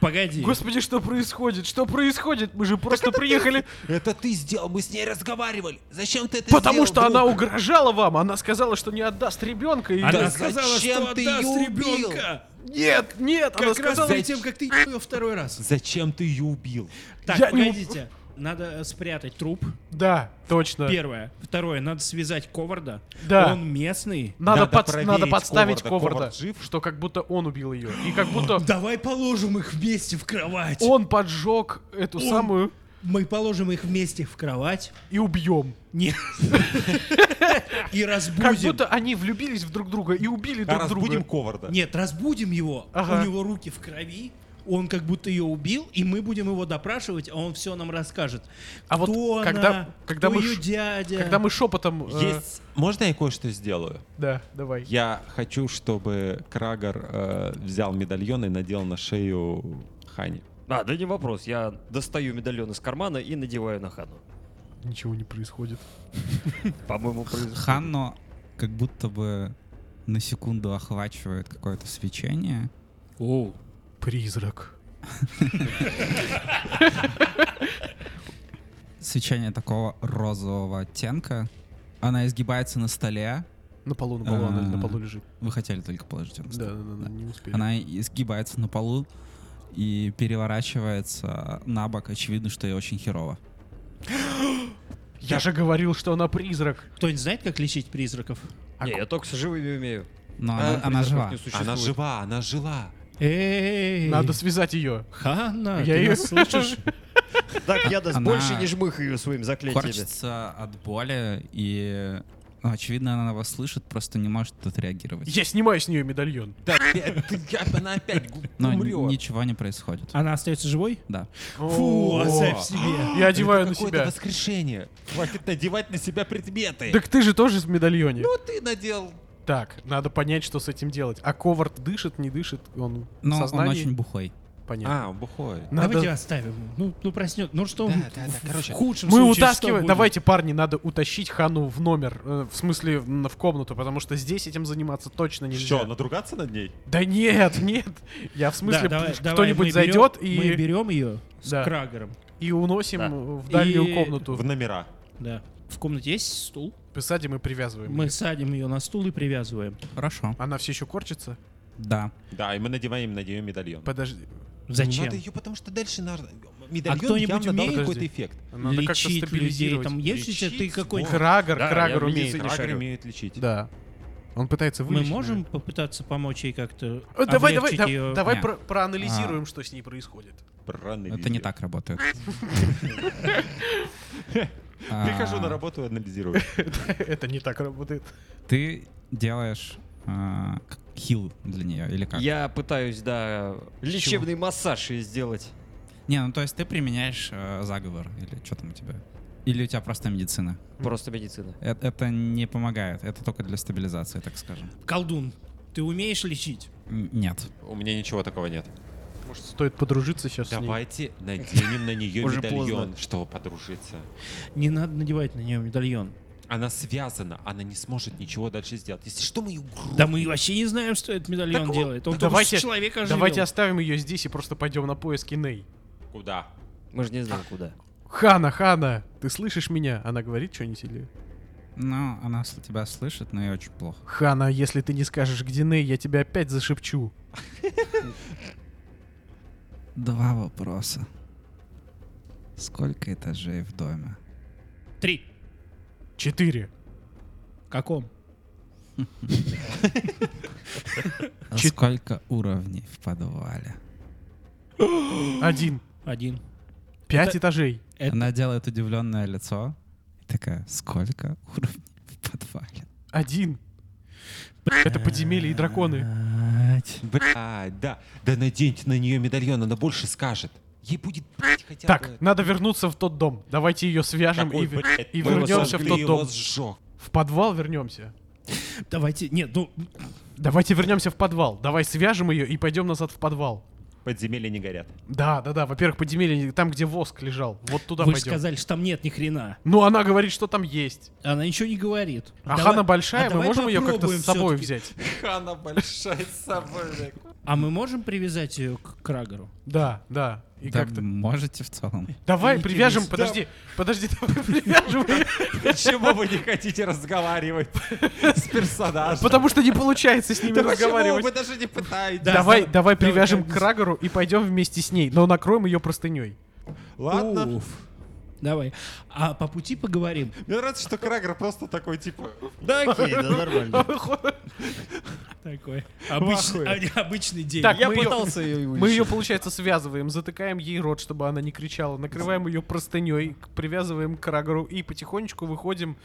погоди. господи, что происходит? Что происходит? Мы же просто приехали, Это ты сделал, мы с ней разговаривали. Зачем ты это потому что сделал, она друг? угрожала вам. Она сказала, что не отдаст ребенка. И... А Она Да сказала, зачем что ты отдаст её убил? ребенка. Нет, нет, она Как раз сказала. перед Э, тем, как ты ебал её второй раз. Зачем ты ее убил? [laughs] Так, Я не уп- погодите. Надо э, спрятать труп. Да, точно. Первое. Второе. Надо связать Коварда. Да. Он местный. Надо, Надо под- проверить надо подставить Коварда. Коварда, Ковард жив? что как будто он убил ее. И как будто Давай положим их вместе в кровать. он поджег эту Он- самую Мы положим их вместе в кровать. и убьем. Не- [laughs] И Как разбудим. будто они влюбились в друг друга и убили А друг разбудим друга. Коварда. Нет, разбудим его. Ага. У него руки в крови. Он как будто ее убил, и мы будем его допрашивать, а он все нам расскажет. А вот кто когда- она, когда кто мы ее ш- дядя. Когда мы шепотом... э, Есть... Можно я кое-что сделаю? Да, давай. Я хочу, чтобы Крагер э, взял медальон и надел на шею Хани. А, да не вопрос. Я достаю медальон из кармана и надеваю на Хану. Ничего не происходит. По-моему, произошло. Ханну как будто бы на секунду охвачивает какое-то свечение. Призрак. Свечение такого розового оттенка. Она изгибается на столе. На полу, на полу, она А. на полу лежит. Вы хотели только положить ее на стол. Да, да, да, да, не успели. Она изгибается на полу и переворачивается на бок. Очевидно, что ей очень херово. Я же говорил, что она призрак. Кто-нибудь знает, как лечить призраков? Не, я только с живыми умею. Но А, она, она призраков жива. не существует. Она жива, она жила. Эй, Надо связать ее. Ханна, Я ты её- нас слышишь? [laughs] Так, я даст Она- больше не жмых ее своим заклятием. Корчится от боли и... ну, очевидно, она вас слышит, просто не может отреагировать. Я снимаю с нее медальон. Да, опять- ты- я- она опять гу- Но Ну, н- умрет. ничего не происходит. Она остается живой? Да. Фу, О. оставь себе. Я одеваю Это на какое-то себя. воскрешение. Хватит надевать на себя предметы. Так ты же тоже в медальоне. Ну ты надел. Так, надо понять, что с этим делать. А Ковард дышит, не дышит, он в Но он Ну, сознании. очень бухой. Понятно. А, он бухой. Давайте оставим. Ну, ну проснет. Ну что, Да, он да, в- да, в короче. худшем Мы случае что утаскиваем. будет? Давайте, парни, надо утащить Хану в номер. э, в смысле, м, в комнату, потому что здесь этим заниматься точно нельзя. Что, ну надругаться над ней? Да нет, нет. Я в Да, смысле, давай- п- давай кто-нибудь мы зайдет берем- Мы и, берем ее с Да. крагером. и уносим Да. э, в дальнюю И- В комнату. номера. Да. В комнате есть стул. Писать мы привязываем. Мы садим ее на стул и привязываем. Хорошо. Она все еще корчится? Да. Да, и мы надеваем на нее медальон. Подожди. Ну, Зачем? Надо ее, потому что дальше надо... Медальон кто-нибудь явно дал умеет? какой-то эффект. Надо как-то Лечить людей. стабилизировать. Там есть у тебя ты Лечить? какой-то Крагер, Да, Крагер я в умеет. медицине Крагер шарю. умеет. умеет лечить. Да. Он пытается Мы вылечить. можем попытаться помочь ей как-то наверное. Э, Давай, давай, облегчить да- её? А. давай Не. про- проанализируем, что с ней происходит. Проанализируй. Это не [laughs] так работает. А, Прихожу на работу и анализирую. [laughs] Это не так работает. Ты делаешь а, к- хил для нее или как? Я пытаюсь, да, лечебный массаж ей сделать. Не, ну то есть ты применяешь э, заговор или что там у тебя? Или у тебя просто медицина? Просто медицина. Э- Это, не помогает, это только для стабилизации, так скажем. Колдун, ты умеешь лечить? Н- Нет. У меня ничего такого нет. Может, стоит подружиться сейчас с ней? Давайте наденем на нее Уже медальон, поздно. чтобы подружиться. Не надо надевать на нее медальон. Она связана, она не сможет ничего дальше сделать. Если что, мы ее грохнем. Да мы вообще не знаем, что этот медальон Так вот, делает. Он да только давайте- с человека оживил. Давайте оставим ее здесь и просто пойдем на поиски Ней. [laughs] Куда? Мы же не знаем, куда. Хана, Хана, ты слышишь меня? Она говорит что-нибудь или... Ну, она с- тебя слышит, но и очень плохо. Хана, если ты не скажешь, где Ней, я тебя опять зашепчу. Два вопроса. Сколько этажей в доме? Три. Четыре. Каком? А Сколько уровней в подвале? Один. Один. Пять этажей. Это- Она делает удивленное лицо и такая, сколько уровней в подвале? Один. Это подземелье и драконы. Блять. Блядь, да. Да наденьте на нее медальон, она больше скажет. Ей будет, блядь, хотя бы... Так, надо вернуться в тот дом. Давайте ее свяжем Какой, и, ве- блядь, и мы его вернемся в сожгли, тот его дом. сжёг. В подвал вернемся. Давайте. Нет, ну Давайте вернемся в подвал. Давай свяжем ее и пойдем назад в подвал. Подземелья не горят. Да, да, да. Во-первых, подземелье там, где воск лежал. Вот туда вы же пойдем. сказали, что там нет ни хрена. Ну, она говорит, что там есть. Она ничего не говорит. А Давай- хана большая, а мы давай можем ее как-то попробуем с собой всё-таки. взять. Хана большая с собой, блядь. А мы можем привязать ее к Крагеру? Да, да. И Да, как-то. можете в целом. Давай не привяжем, тянись. подожди, подожди, давай привяжем её, Почему вы не хотите разговаривать с персонажем? потому что не получается с ними Да почему? Вы разговаривать. даже не пытаетесь. Да, Давай, да, давай, давай привяжем как- к Рагору и пойдем вместе с ней, но накроем ее простыней. Ладно. Уф. Давай. А по пути поговорим. Мне нравится, что Крагер просто такой, типа, Да окей, да нормально. Такой. Обычный, ахуе. а- обычный день. Так, Я мы её- пытался ее Мы ее, получается, связываем, затыкаем ей рот, чтобы она не кричала, накрываем ее простыней, привязываем к Рагору и потихонечку выходим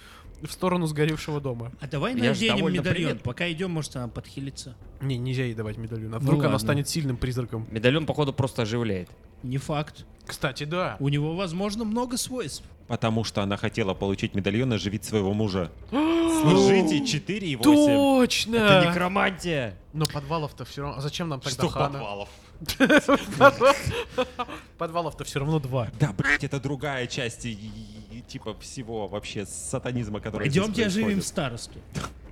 в сторону сгоревшего дома. А давай Я ж наденем довольно медальон. привет. Пока идем, может, она подхилится. Не, нельзя ей давать медальон, а Ну вдруг она ладно. станет сильным призраком. Медальон, походу, просто оживляет. Не факт. Кстати, да. У него, возможно, много свойств. Потому что она хотела получить медальон и оживить [gasps] своего мужа. Служите 4 и 8. Это Точно! некромантия. Но подвалов-то все равно... А зачем нам тогда Что хана? подвалов? [laughs] Подвалов-то все равно два. Да, блядь, это другая часть, и- и- и, типа, всего вообще сатанизма, который здесь Идемте оживим происходит. старосту.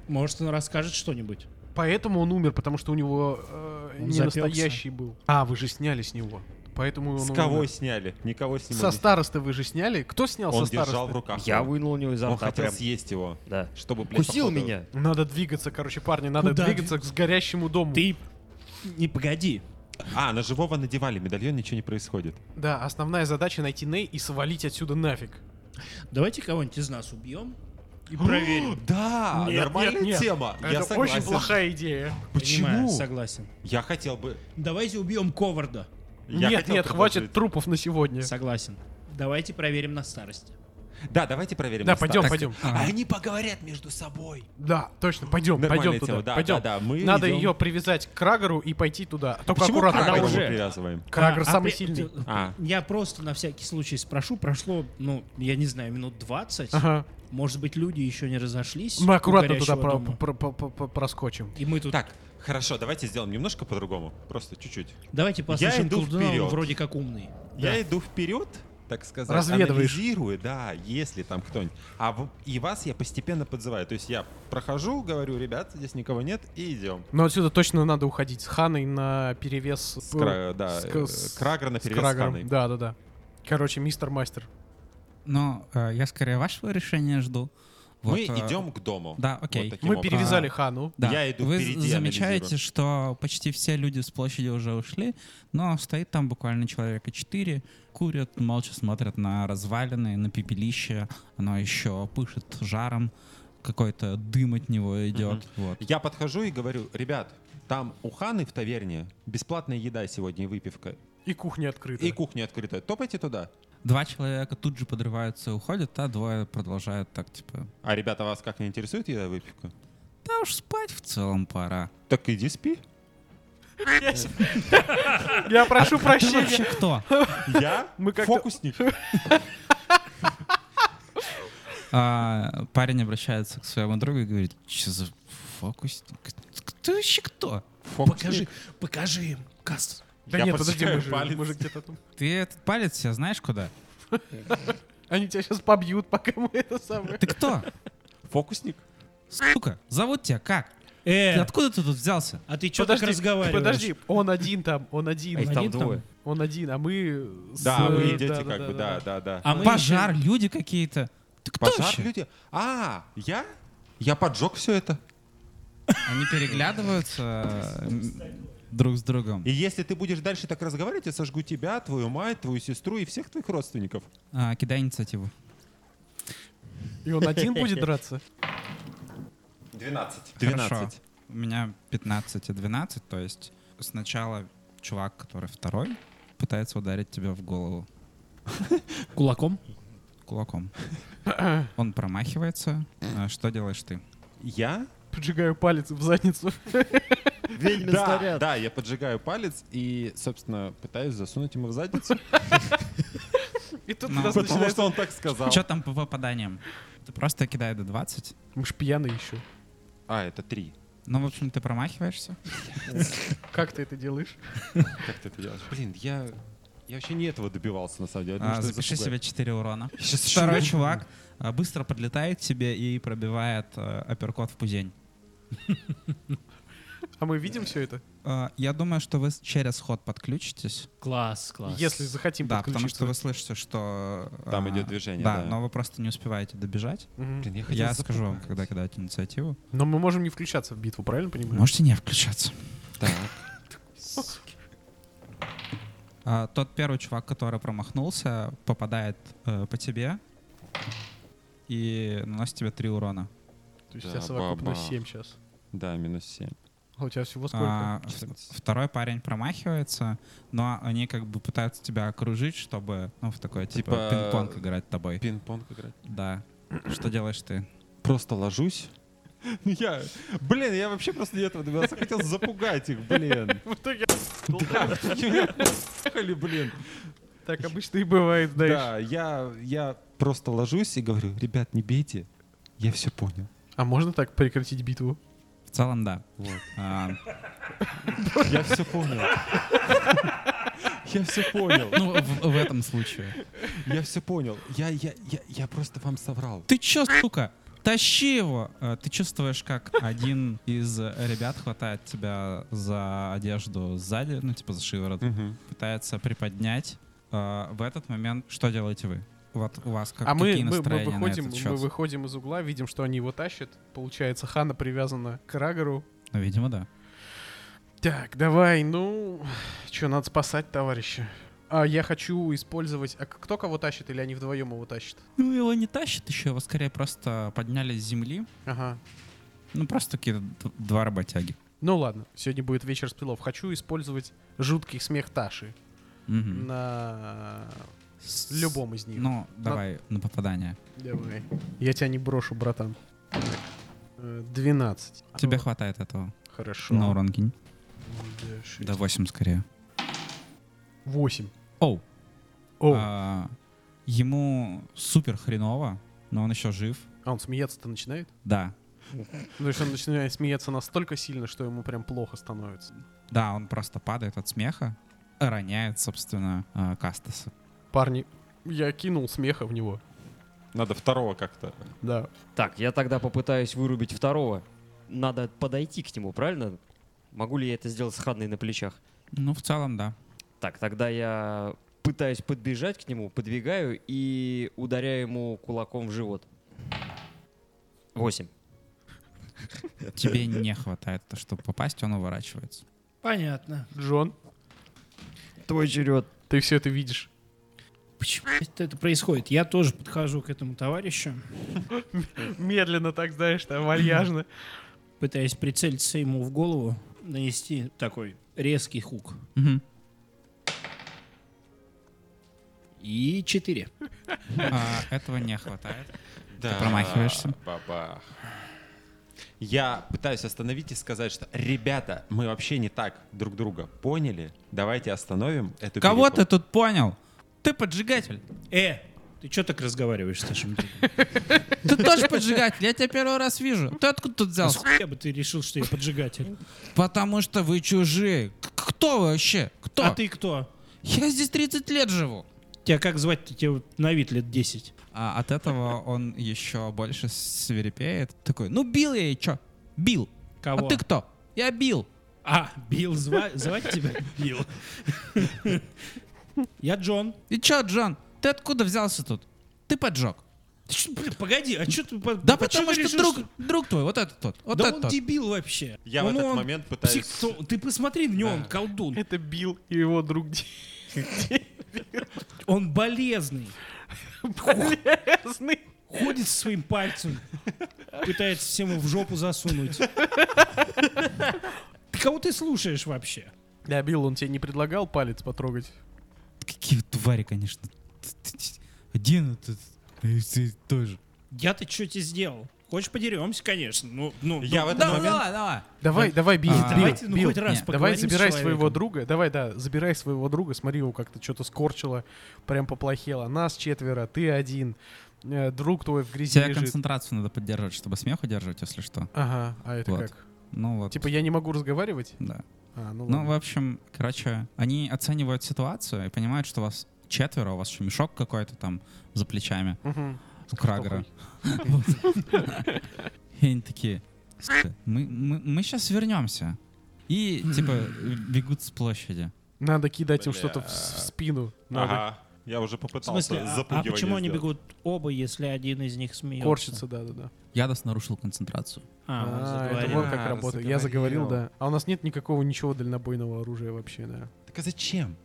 Может, он расскажет что-нибудь. Поэтому он умер, потому что у него э, Он не запёкся. настоящий был. А, вы же сняли с него. Поэтому он С кого умер. сняли? Никого снимали. Со старосты вы же сняли? Кто снял Он со старосты? держал в руках. Я его. вынул у него изо Он рта хотел прям. съесть его, Да. а чтобы, блядь, Кусил походу- меня. Надо двигаться, короче, парни, надо Куда двигаться к сгорящему дому. Ты не погоди. А, на живого надевали медальон, ничего [gasps] не происходит. Да, основная задача найти Ней и свалить отсюда нафиг. Давайте кого-нибудь из нас убьем А, и проверим. Да, Нет, нормальная нет, нет. тема. я Это согласен. очень плохая идея. Понимаю, Почему? согласен. Я хотел бы... Давайте убьем Коварда. Я нет, хотел нет, хватит предложить. трупов на сегодня. Согласен. Давайте проверим на старости. Да, давайте проверим. Да, на пойдем, старт. пойдем. А, Они поговорят между собой. Да, точно, пойдем, Нормальная пойдем тема, туда, да, пойдем. да, да, мы Надо идем. А ее привязать к Крагору и пойти туда. Только Почему аккуратно. Крагера Она мы уже. привязываем? Крагер А, а самый при- сильный. А. [laughs] Я просто на всякий случай спрошу. Прошло, ну, я не знаю, минут 20. Ага. Может быть, люди еще не разошлись. Мы у аккуратно туда горящего про- дома. про- про- про- про- проскочим. И мы тут... Так, хорошо, давайте сделаем немножко по-другому. Просто чуть-чуть. Давайте послушаем иду Колдуна, он вперед. вроде как умный. Я иду вперед, так сказать, Разведываешь. анализирую, да, если там кто-нибудь. А в- и вас я постепенно подзываю. То есть я прохожу, говорю, ребят, здесь никого нет, и идем. Но отсюда точно надо уходить. С Ханой на перевес. С Кра- да, э, Крагер на перевес с Ханой. Да, да, да. Короче, мистер мастер. Но э, я скорее вашего решения жду. Вот, Мы э, идем к дому. да, окей. Вот таким Мы образом. перевязали Хану. Да. Я иду Вы впереди, замечаете, анализирую. что почти все люди с площади уже ушли, но стоит там буквально человека четыре, курят, молча смотрят на развалины, на пепелище, оно еще пышет жаром, какой-то дым от него идет. Вот. Я подхожу и говорю, ребят, там у Ханы в таверне бесплатная еда сегодня и выпивка. И кухня открыта. И кухня открытая. Топайте туда. Два человека тут же подрываются и уходят, а двое продолжают так, типа, А ребята, вас как не интересует еда и выпивка? да уж спать в целом пора. Так иди спи. А Я прошу А Ты прощения. вообще кто? Я Мы как-то- фокусник. А, парень обращается к своему другу и говорит, что за фокусник? Кто вообще кто? Покажи, покажи им, Каст. Да Я нет, подожди, мы подсекаю же, палец. мы же где-то там. Ты этот палец себе знаешь куда? Они тебя сейчас побьют, [laughs] пока мы это самое. Ты кто? Фокусник? Сука, зовут тебя как? Ты Э, откуда ты тут взялся? а ты что так разговариваешь? подожди, он один там, он один, Эй, он там Один один, там? там? он один, а мы... с- Да, вы э, идете как бы, да, да, да. А мы Пожар, люди какие-то. Ты кто Пожар вообще? люди? А, я? Я поджег все это. Они переглядываются э, м, друг с другом. И если ты будешь дальше так разговаривать, я сожгу тебя, твою мать, твою сестру и всех твоих родственников. А, Кидай инициативу. И он один будет драться? 12. Хорошо. 12. У меня 15 и 12, то есть сначала чувак, который второй, пытается ударить тебя в голову Кулаком? [coughs] кулаком. Он промахивается. А Что делаешь ты? Я? Поджигаю палец в задницу. [laughs] Ведьмин Да, снаряд. да, я поджигаю палец и, собственно, пытаюсь засунуть ему в задницу. И тут Ну, у нас Потому потому начинается... что он так сказал. Что там по попаданиям? Ты просто кидай до 20. Мы ж пьяные еще. А, это три. Ну, в общем, ты промахиваешься. Как ты это делаешь? Как ты это делаешь? Блин, я... Я вообще не этого добивался, на самом деле. Я думал, А, что это запиши запугает. себе [laughs] 4 урона. Щас еще Второй раз. чувак а, быстро подлетает к тебе и пробивает э, апперкот в пузень. А мы видим все это? А, Я думаю, что вы с- через ход подключитесь. Класс, класс. Если захотим Да, потому подключиться. что вы слышите, что... а, Там идет движение, да. но вы просто не успеваете добежать. Мгм. Блин, я хотел Я скажу вам, запугать. когда кидать инициативу. Но мы можем не включаться в битву, правильно понимаю? Можете не включаться. Так, А, Тот первый чувак, который промахнулся, попадает э, по тебе и наносит тебе 3 урона. То есть Да, у тебя совокупно баба. 7 сейчас. да, минус 7. А у тебя всего А, сколько? в- второй парень промахивается, но они как бы пытаются тебя окружить, чтобы, ну, в такой, типа, Типа, пинг-понг играть с тобой. Пинг-понг играть. Да. Что делаешь ты? Просто [laughs] ложусь. Ну, Я, блин, я вообще просто не этого добивался. Хотел запугать их, блин. [laughs] В итоге... [laughs] Да, поехали, блин. Так обычно и бывает, знаешь. Да, я, я просто ложусь и говорю, ребят, не бейте. Я все понял. А можно так прекратить битву? В целом, да. Вот. А, Я все понял. [laughs] Я все понял. ну, в, в этом случае. Я все понял. Я, я, я, я просто вам соврал. Ты чё, сука? Тащи его! А, Ты чувствуешь, как один из ребят хватает тебя за одежду сзади, ну, типа за шиворот, пытается приподнять. А, в этот момент что делаете вы? Вот у вас как, А мы, какие мы, мы, настроения на выходим, этот мы счет? выходим из угла, видим, что они его тащат. Получается, Хана привязана к Рагору. Ну, видимо, да. Так, давай, ну... Че, надо спасать товарища. А я хочу использовать... А кто кого тащит или они вдвоем его тащат? Ну, его не тащат еще, его скорее просто подняли с земли. Ага. Ну, просто какие-то д- два работяги. Ну ладно, сегодня будет вечер спилов. Хочу использовать жуткий смех Таши Мгм. на С- Любому из них. Ну, давай на попадание. Давай. Я тебя не брошу, братан. Э, 12. Тебе О, хватает этого. Хорошо. Ну, На урон кинь. Да 8. 8 скорее. Восемь. Оу. О, а... А, ему супер хреново, но он еще жив. а он смеяться-то начинает? Да. То есть он начинает смеяться настолько сильно, что ему прям плохо становится. Да, он просто падает от смеха. Роняет, собственно, а, Кастаса. Парни, я кинул смеха в него. Надо второго как-то. Да. Так, я тогда попытаюсь вырубить второго. Надо подойти к нему, правильно? Могу ли я это сделать с Ханной на плечах? Ну, в целом, да. Так, тогда я пытаюсь подбежать к нему, подвигаю и ударяю ему кулаком в живот. Восемь. Тебе не хватает, то, чтобы попасть, он уворачивается. Понятно. Джон, Твой черед. ты все это видишь. Почему это происходит? Я тоже подхожу к этому товарищу, Медленно так, знаешь, там, [laughs] вальяжно. пытаясь прицелиться ему в голову, нанести такой резкий хук. Мгм. И четыре. А, этого не хватает. промахиваешься. Бабах. Я пытаюсь остановить и сказать, что ребята, мы вообще не так друг друга поняли. Давайте остановим эту Кого ты перепалку». тут понял? Ты поджигатель. Э, ты что так разговариваешь с нашим другом? [laughs] Ты тоже поджигатель. Я тебя первый раз вижу. Ты откуда тут А с взялся? хуя бы ты решил, что я поджигатель? Потому что вы чужие. К- Кто вы вообще? [laughs] Кто? А ты кто? Я здесь 30 лет живу. Тебя как звать-то? Тебе вот на вид лет 10. А от этого он еще больше свирепеет. Такой, ну бил я и чё? Бил. Кого? А ты кто? Я бил. А, Билл, зва- звать тебя [laughs] Билл. Я Джон. И чё, Джон, ты откуда взялся тут? Ты поджег. Ты чё, блин, погоди, а что ты... по- Да а чё потому ты что решил, друг, что- друг твой, вот этот тот, вот да этот он тот. дебил вообще. Я Он- в этот Ну, он момент пытаюсь... психо- Ты посмотри на него, он колдун. Это Бил и его друг Ди- Он болезный. [laughs] Болезный. Ходит со своим пальцем. Пытается всем в жопу засунуть. [laughs] Ты кого ты слушаешь вообще? Да, Билл, он тебе не предлагал палец потрогать? Какие вы твари, конечно. Один этот, и ты тоже. Я-то что тебе сделал? Хочешь, подеремся, конечно. Ну, ну, Я ну, в этот Давай, момент... давай, давай. Давай, давай, Билл, Билл, А, Давайте, ну, Билл. хоть раз не, поговорим Давай, с забирай своего человеком. друга. Давай, да, забирай своего друга. Смотри, его как-то что-то скорчило, прям поплохело. Нас четверо, ты один. Э, Друг твой в грязи Тебе лежит. концентрацию надо поддерживать, чтобы смех удерживать, если что. Ага, а это Вот. как? Ну вот. Типа я не могу разговаривать? Да. А, ну Ну, ладно. в общем, короче, они оценивают ситуацию и понимают, что у вас четверо, у вас еще мешок какой-то там за плечами Мгм. у Крагера. [laughs] Вот. И они такие, «Сука, мы, сейчас вернемся. И, типа, бегут с площади. Надо кидать им Бля. что-то в, с- в спину. Надо. Ага. Я уже В попытался смысле, а- а, запугивание почему они сделать. бегут оба, если один из них смеется? Корчится, да, да, да. Ядос нарушил концентрацию. А, он это заговорил. вот как А, работает. Я заговорил, заговорил. да. А у нас нет никакого ничего дальнобойного оружия вообще, да. Так а зачем?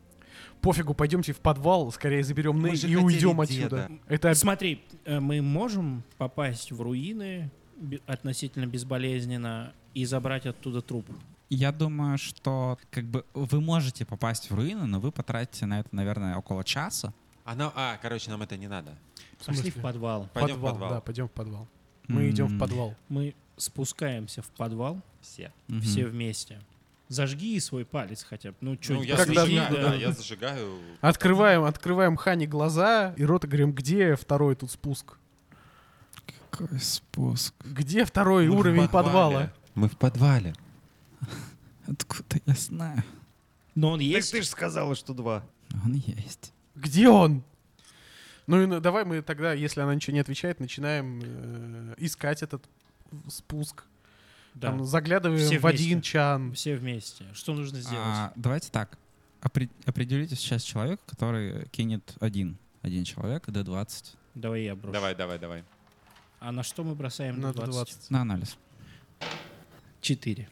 Пофигу, пойдемте в подвал, скорее заберем Мы Ней же и хотели уйдем деда. отсюда. Это об- Смотри, э, мы можем попасть в руины бе- относительно безболезненно и забрать оттуда труп. Я думаю, что как бы вы можете попасть в руины, но вы потратите на это, наверное, около часа. Она... А, короче, нам это не надо. Пошли смысле? в подвал. Пойдем в Да, подвал. Ну, пойдем в подвал. Мы идем в М, подвал. Мы спускаемся в подвал Все. мгм. все вместе. Зажги и свой палец хотя бы. Ну, что, Ну, я Когда- зажигаю, да. да, я зажигаю. Открываем, открываем Хани глаза и рот и говорим, где второй тут спуск? Какой спуск. Где второй Мы в уровень подвале. подвала? Мы в подвале. Откуда я знаю? Но он Так есть. ты же сказала, что два. Он есть. Где он? Ну и на- давай мы тогда, если она ничего не отвечает, начинаем э, искать этот спуск. Да. Там заглядываем Все в вместе. один чан. Все вместе. Что нужно сделать? А, давайте так. Опре- определите сейчас человека, который кинет один. Один человек, D20. Давай я брошу. Давай, давай, давай. А на что мы бросаем? На На 20. 20. На анализ. 4.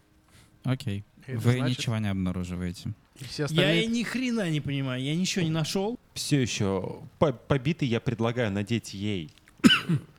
Окей. Это Вы значит, ничего не обнаруживаете. и все Я остальные... и ни хрена не понимаю. Я ничего не нашел. Все еще по- побитый я предлагаю э, надеть ей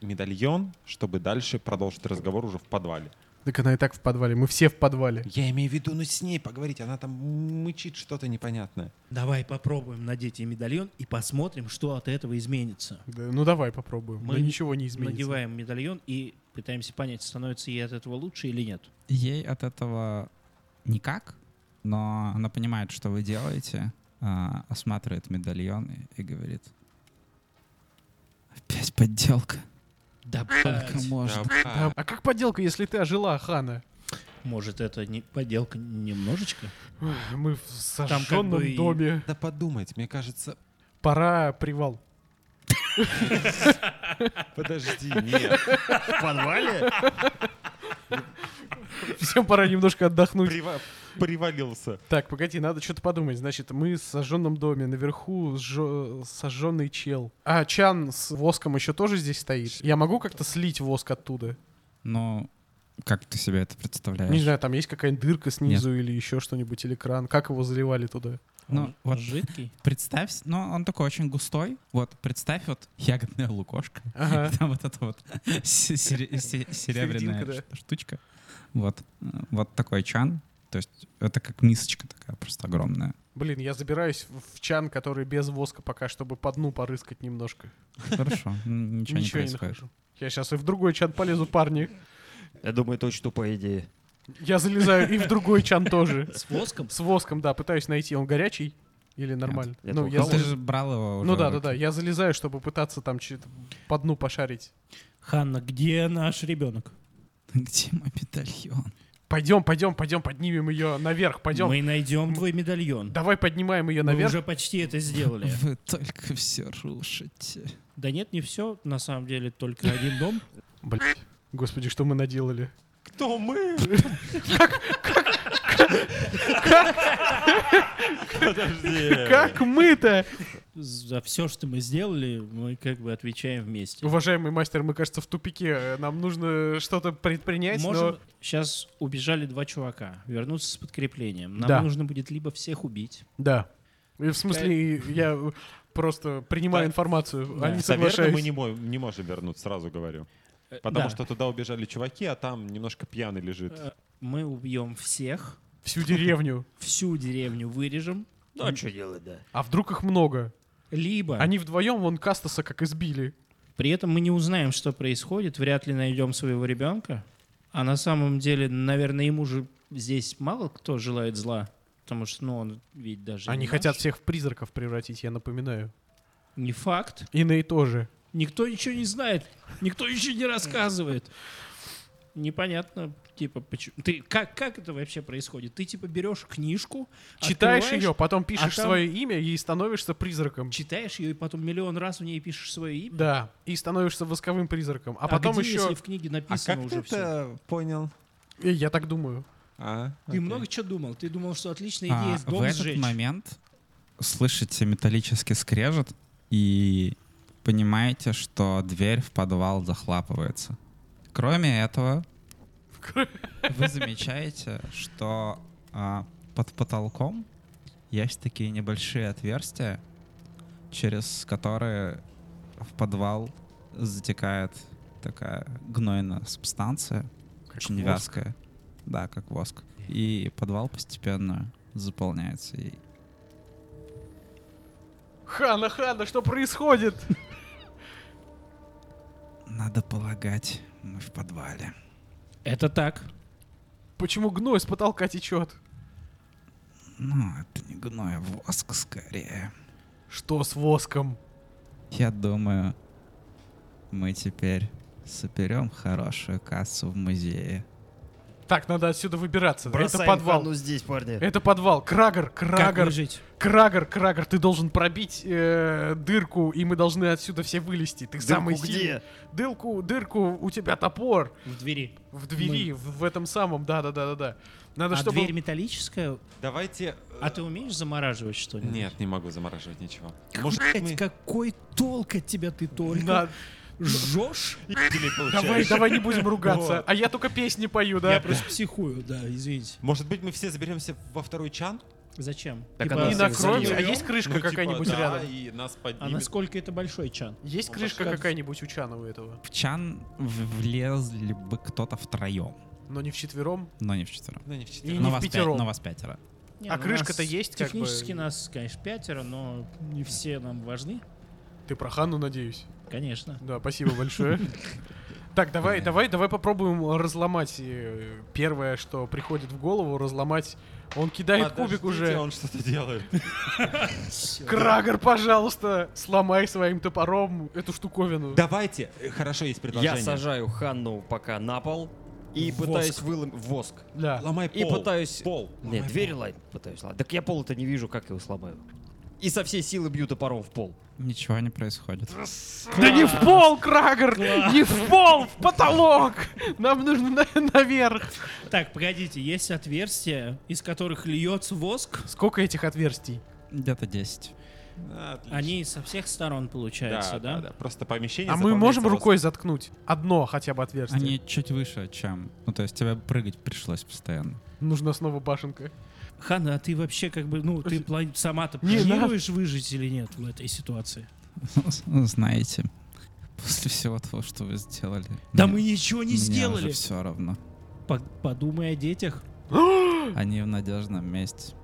медальон, чтобы дальше продолжить разговор уже в подвале. Так она и так в подвале. Мы все в подвале. Я имею в виду, ну с ней поговорить, она там мычит что-то непонятное. Давай попробуем надеть ей медальон и посмотрим, что от этого изменится. Да, ну давай попробуем. Мы да ничего не изменится. Надеваем медальон и пытаемся понять, становится ей от этого лучше или нет. Ей от этого никак, но она понимает, что вы делаете, а, осматривает медальон и, и говорит. Опять подделка. Да, Только можно. Да, А как подделка, если ты ожила, Хана? Может, это не подделка немножечко? Ой, Мы в сожженном бы и- доме. Да подумать, мне кажется... Пора привал. [laughs] [laughs] Подожди, нет. В подвале? Всем пора немножко отдохнуть. Прива- Привалился. Так, погоди, надо что-то подумать. Значит, мы в сожженном доме, наверху сжё- сожженный чел. А Чан с воском еще тоже здесь стоит. Я могу как-то слить воск оттуда? Ну, как ты себе это представляешь? Не знаю, там есть какая-нибудь дырка снизу или еще что-нибудь, или кран. Как его заливали туда? Ну, Он вот- жидкий. Представь, ну, он такой очень густой. Вот, представь вот ягодная лукошка. Ага. Там вот эта вот [laughs] се- сере- се- серебряная Серединка, ш- штучка. Вот. Э, Вот такой чан. То есть это как мисочка такая просто огромная. Блин, я забираюсь в в Чан, который без воска пока, чтобы по дну порыскать немножко. Хорошо, н- ничего не происходит. нахожу. Я сейчас и в другой Чан полезу, парни. Я думаю, это очень тупая идея. Я залезаю и в другой Чан тоже. С воском? С воском, да, пытаюсь найти. Он горячий или нормально? я ну, только я Ну, Ты залез- же брал его уже. ну да, да, да. Я залезаю, чтобы пытаться там че- по дну пошарить. Ханна, где наш ребенок? [laughs] Где мой медальон? Пойдем, пойдем, пойдем, поднимем ее наверх, пойдем. Мы найдем твой медальон. Давай поднимаем ее Мы наверх. уже почти это сделали. Вы только все рушите. Да нет, не все. На самом деле только один дом. Блять. Господи, что мы наделали? Кто мы? Подожди. Как мы-то? За все, что мы сделали, мы как бы отвечаем вместе. Уважаемый мастер, мы, кажется, в тупике. Нам нужно что-то предпринять, Можем... Сейчас убежали два чувака, вернуться с подкреплением. Нам Да. нужно будет либо всех убить. но... Да. И в смысле, я просто принимаю Да. информацию, а Да. не Наверное, соглашаюсь. мы не, мо- не можем вернуться, сразу говорю. Э, Потому да. что туда убежали чуваки, а там немножко пьяный лежит. Э, Мы убьем всех, [laughs] Всю деревню. всю деревню вырежем, Ну, а что делать, да? А вдруг их много? либо Они вдвоем вон Кастаса как избили. при этом мы не узнаем, что происходит, вряд ли найдем своего ребенка. А на самом деле, наверное, ему же здесь мало кто желает зла, потому что, ну, он ведь даже Они не хотят наш. всех в призраков превратить, я напоминаю. Не факт. И на и тоже. Никто ничего не знает, никто ничего не рассказывает. Непонятно, типа, почему. Ты как, как это вообще происходит? Ты типа берешь книжку, Читаешь открываешь, ее, потом пишешь там- свое имя и становишься призраком. читаешь ее, и потом миллион раз в ней пишешь свое имя. Да, и становишься восковым призраком. А, потом где, еще... если в книге А написано как ты уже все. это понял? Э, Я так думаю. А, Ты окей. много чего думал? Ты думал, что отличная А, идея с в дом этот сжечь. момент слышите металлический скрежет и понимаете, что дверь в подвал захлапывается. Кроме этого, вы замечаете, что а, под потолком есть такие небольшие отверстия, через которые в подвал затекает такая гнойная субстанция, очень вязкая. Да, как воск. И подвал постепенно заполняется ей. Хана, Хана, что происходит? Надо полагать, мы в подвале. Это так. Почему гной с потолка течет? Ну, это не гной, а воск скорее. Что с воском? Я думаю, мы теперь соберем хорошую кассу в музее. Так, надо отсюда выбираться. Бросаем Это подвал. Ханну здесь, парни. Это подвал. Крагер, Как Крагер, выжить? Крагер, Крагер, ты должен пробить э, дырку, и мы должны отсюда все вылезти. Ты самый Дырку сильный. где? Дырку, дырку, у тебя топор В двери. в двери, в, в этом самом, да-да-да-да-да. Надо, а чтобы... дверь металлическая? Давайте... А ты умеешь замораживать что-нибудь? Нет, не могу замораживать ничего. Может, Может, мы... какой толк от тебя ты только [laughs] На- жжешь? Или получается- Давай, давай не будем ругаться. Вот. А я только песни пою, да? Я просто психую, да, извините. Может быть, мы все заберемся во второй чан? Зачем? Так Типа, она И Нас накроем. зальем? А есть крышка Ну, типа, какая-нибудь да, рядом? и нас А поднимет. насколько это большой чан? Есть Ну, крышка пошла. какая-нибудь у Чана у этого? В чан в- влезли бы кто-то втроем. но не вчетвером, но не в четверо. Ну, не в и четверг. Но не в вас, пятеро. пятером. но вас пятеро. Не, А ну, крышка-то нас есть как бы? Технически нас, конечно, пятеро, но не все нам важны, Ты про Ханну, надеюсь. конечно. Да, спасибо большое. Так, давай, давай, давай попробуем разломать э, первое, что приходит в голову, разломать. Он кидает кубик Подождите, уже. Он что-то делает. Крагер, пожалуйста, сломай своим топором эту штуковину. [laughs] Давайте. э, Хорошо, есть предложение. Я сажаю Ханну пока на пол и Воск. пытаюсь выломать... Воск. Да. Ломай И пол. пытаюсь... Пол. Нет, дверь ломать пытаюсь ломать. Так я пол-то не вижу, как его сломаю. И со всей силы бью топором в пол. Ничего не происходит. Да не в пол, Крагер! Не в пол, в потолок! Нам нужно на- наверх. Так, погодите, есть отверстия, из которых льется воск. Сколько этих отверстий? Где-то 10. Отлично. Они со всех сторон получается, да? Просто помещение. А мы заполняется можем воздухом. рукой заткнуть одно хотя бы отверстие? Они чуть выше, чем... Ну, то есть тебе прыгать пришлось постоянно. [laughs] Нужна снова башенка. Ханна, а ты вообще как бы, ну, ты плани- сама-то Не, надо. планируешь выжить или нет в этой ситуации? Знаете, после всего того, что вы сделали... Да мне- мы ничего не мне сделали. все равно. По- Подумай о детях. Они в надежном месте.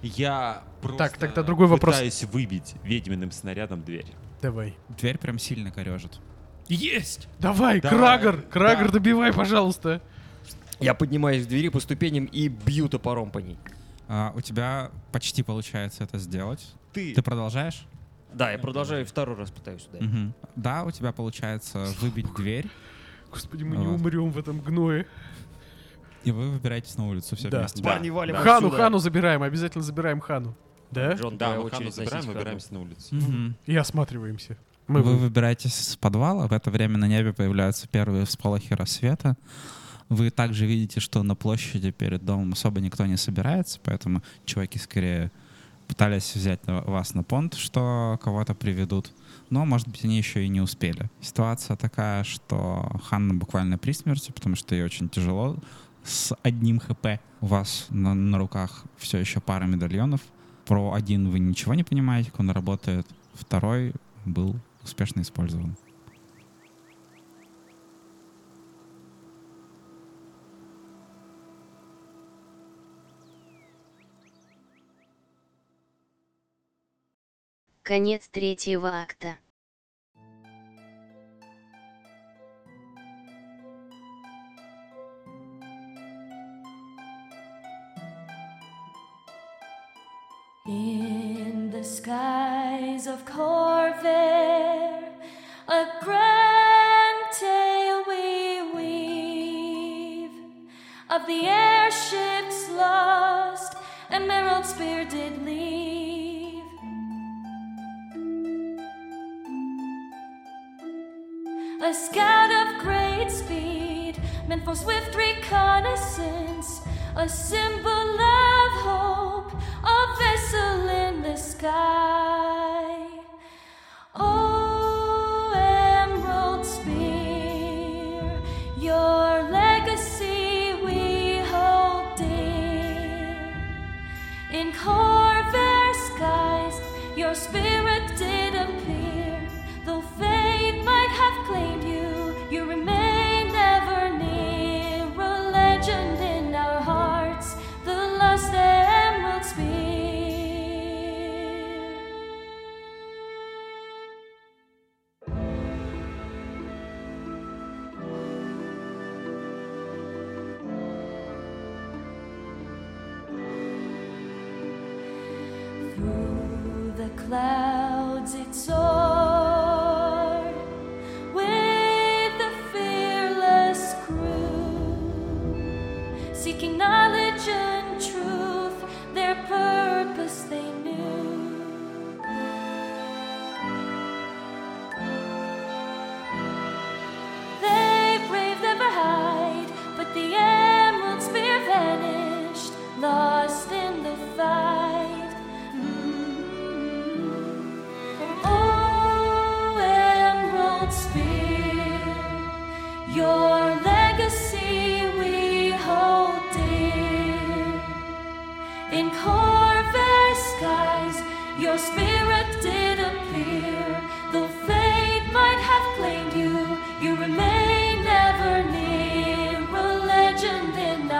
Я просто Так, тогда другой вопрос. пытаюсь выбить ведьминым снарядом дверь. Давай. Дверь прям сильно корежит. Есть! Давай, Давай. Крагер! Крагер, добивай, пожалуйста! Я поднимаюсь к двери по ступеням и бью топором по ней. А, у тебя почти получается это сделать. Ты... Ты продолжаешь? Да, я продолжаю и второй раз пытаюсь ударить. Мгм. Да, у тебя получается выбить дверь, Господи, мы не Вот. умрем в этом гное. и вы выбираетесь на улицу все Да. вместе. Парни, валим Хану, отсюда. Хану забираем, обязательно забираем Хану. Да? Джон, Да, твоя мы Хану очередь забираем, носить Хану. выбираемся на улицу. Мгм. И осматриваемся. Мы Вы выбираетесь с подвала, в это время на небе появляются первые всполохи рассвета. Вы также видите, что на площади перед домом особо никто не собирается, поэтому чуваки скорее пытались взять на- вас на понт, что кого-то приведут. Но, может быть, они еще и не успели. Ситуация такая, что Ханна буквально при смерти, потому что ей очень тяжело с одним хп. У вас на, на руках все еще пара медальонов. Про один вы ничего не понимаете, как он работает. Второй был успешно использован. Конец третьего акта. In the skies of Corvair, a grand tale we weave of the airships lost, Emerald Spear did leave. A scout of great speed, meant for swift reconnaissance, a symbol of hope, a vessel in the sky. Oh, Emerald Spear, your legacy we hold dear. In Corvair skies, your spirit did appear. Though fate might have claimed you, you remain ever near. A legend in our hearts, the lost emerald spear. Through the clouds it soared with the fearless crew, seeking knowledge and truth, their purpose they knew. They braved ever hide, but the emerald spear vanished, lost in the fight. Mm. Oh, emerald spear, your legacy we hold dear. In Corvair skies, your spirit did appear. Though fate might have claimed you, you remain ever near. A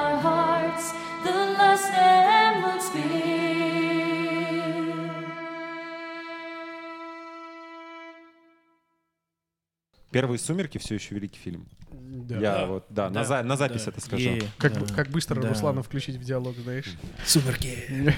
Первые сумерки все еще великий фильм. Я Да. вот, да, А, на, за- на запись это скажу. Е, Как, да. как быстро Да. Руслана включить в диалог, знаешь? Сумерки.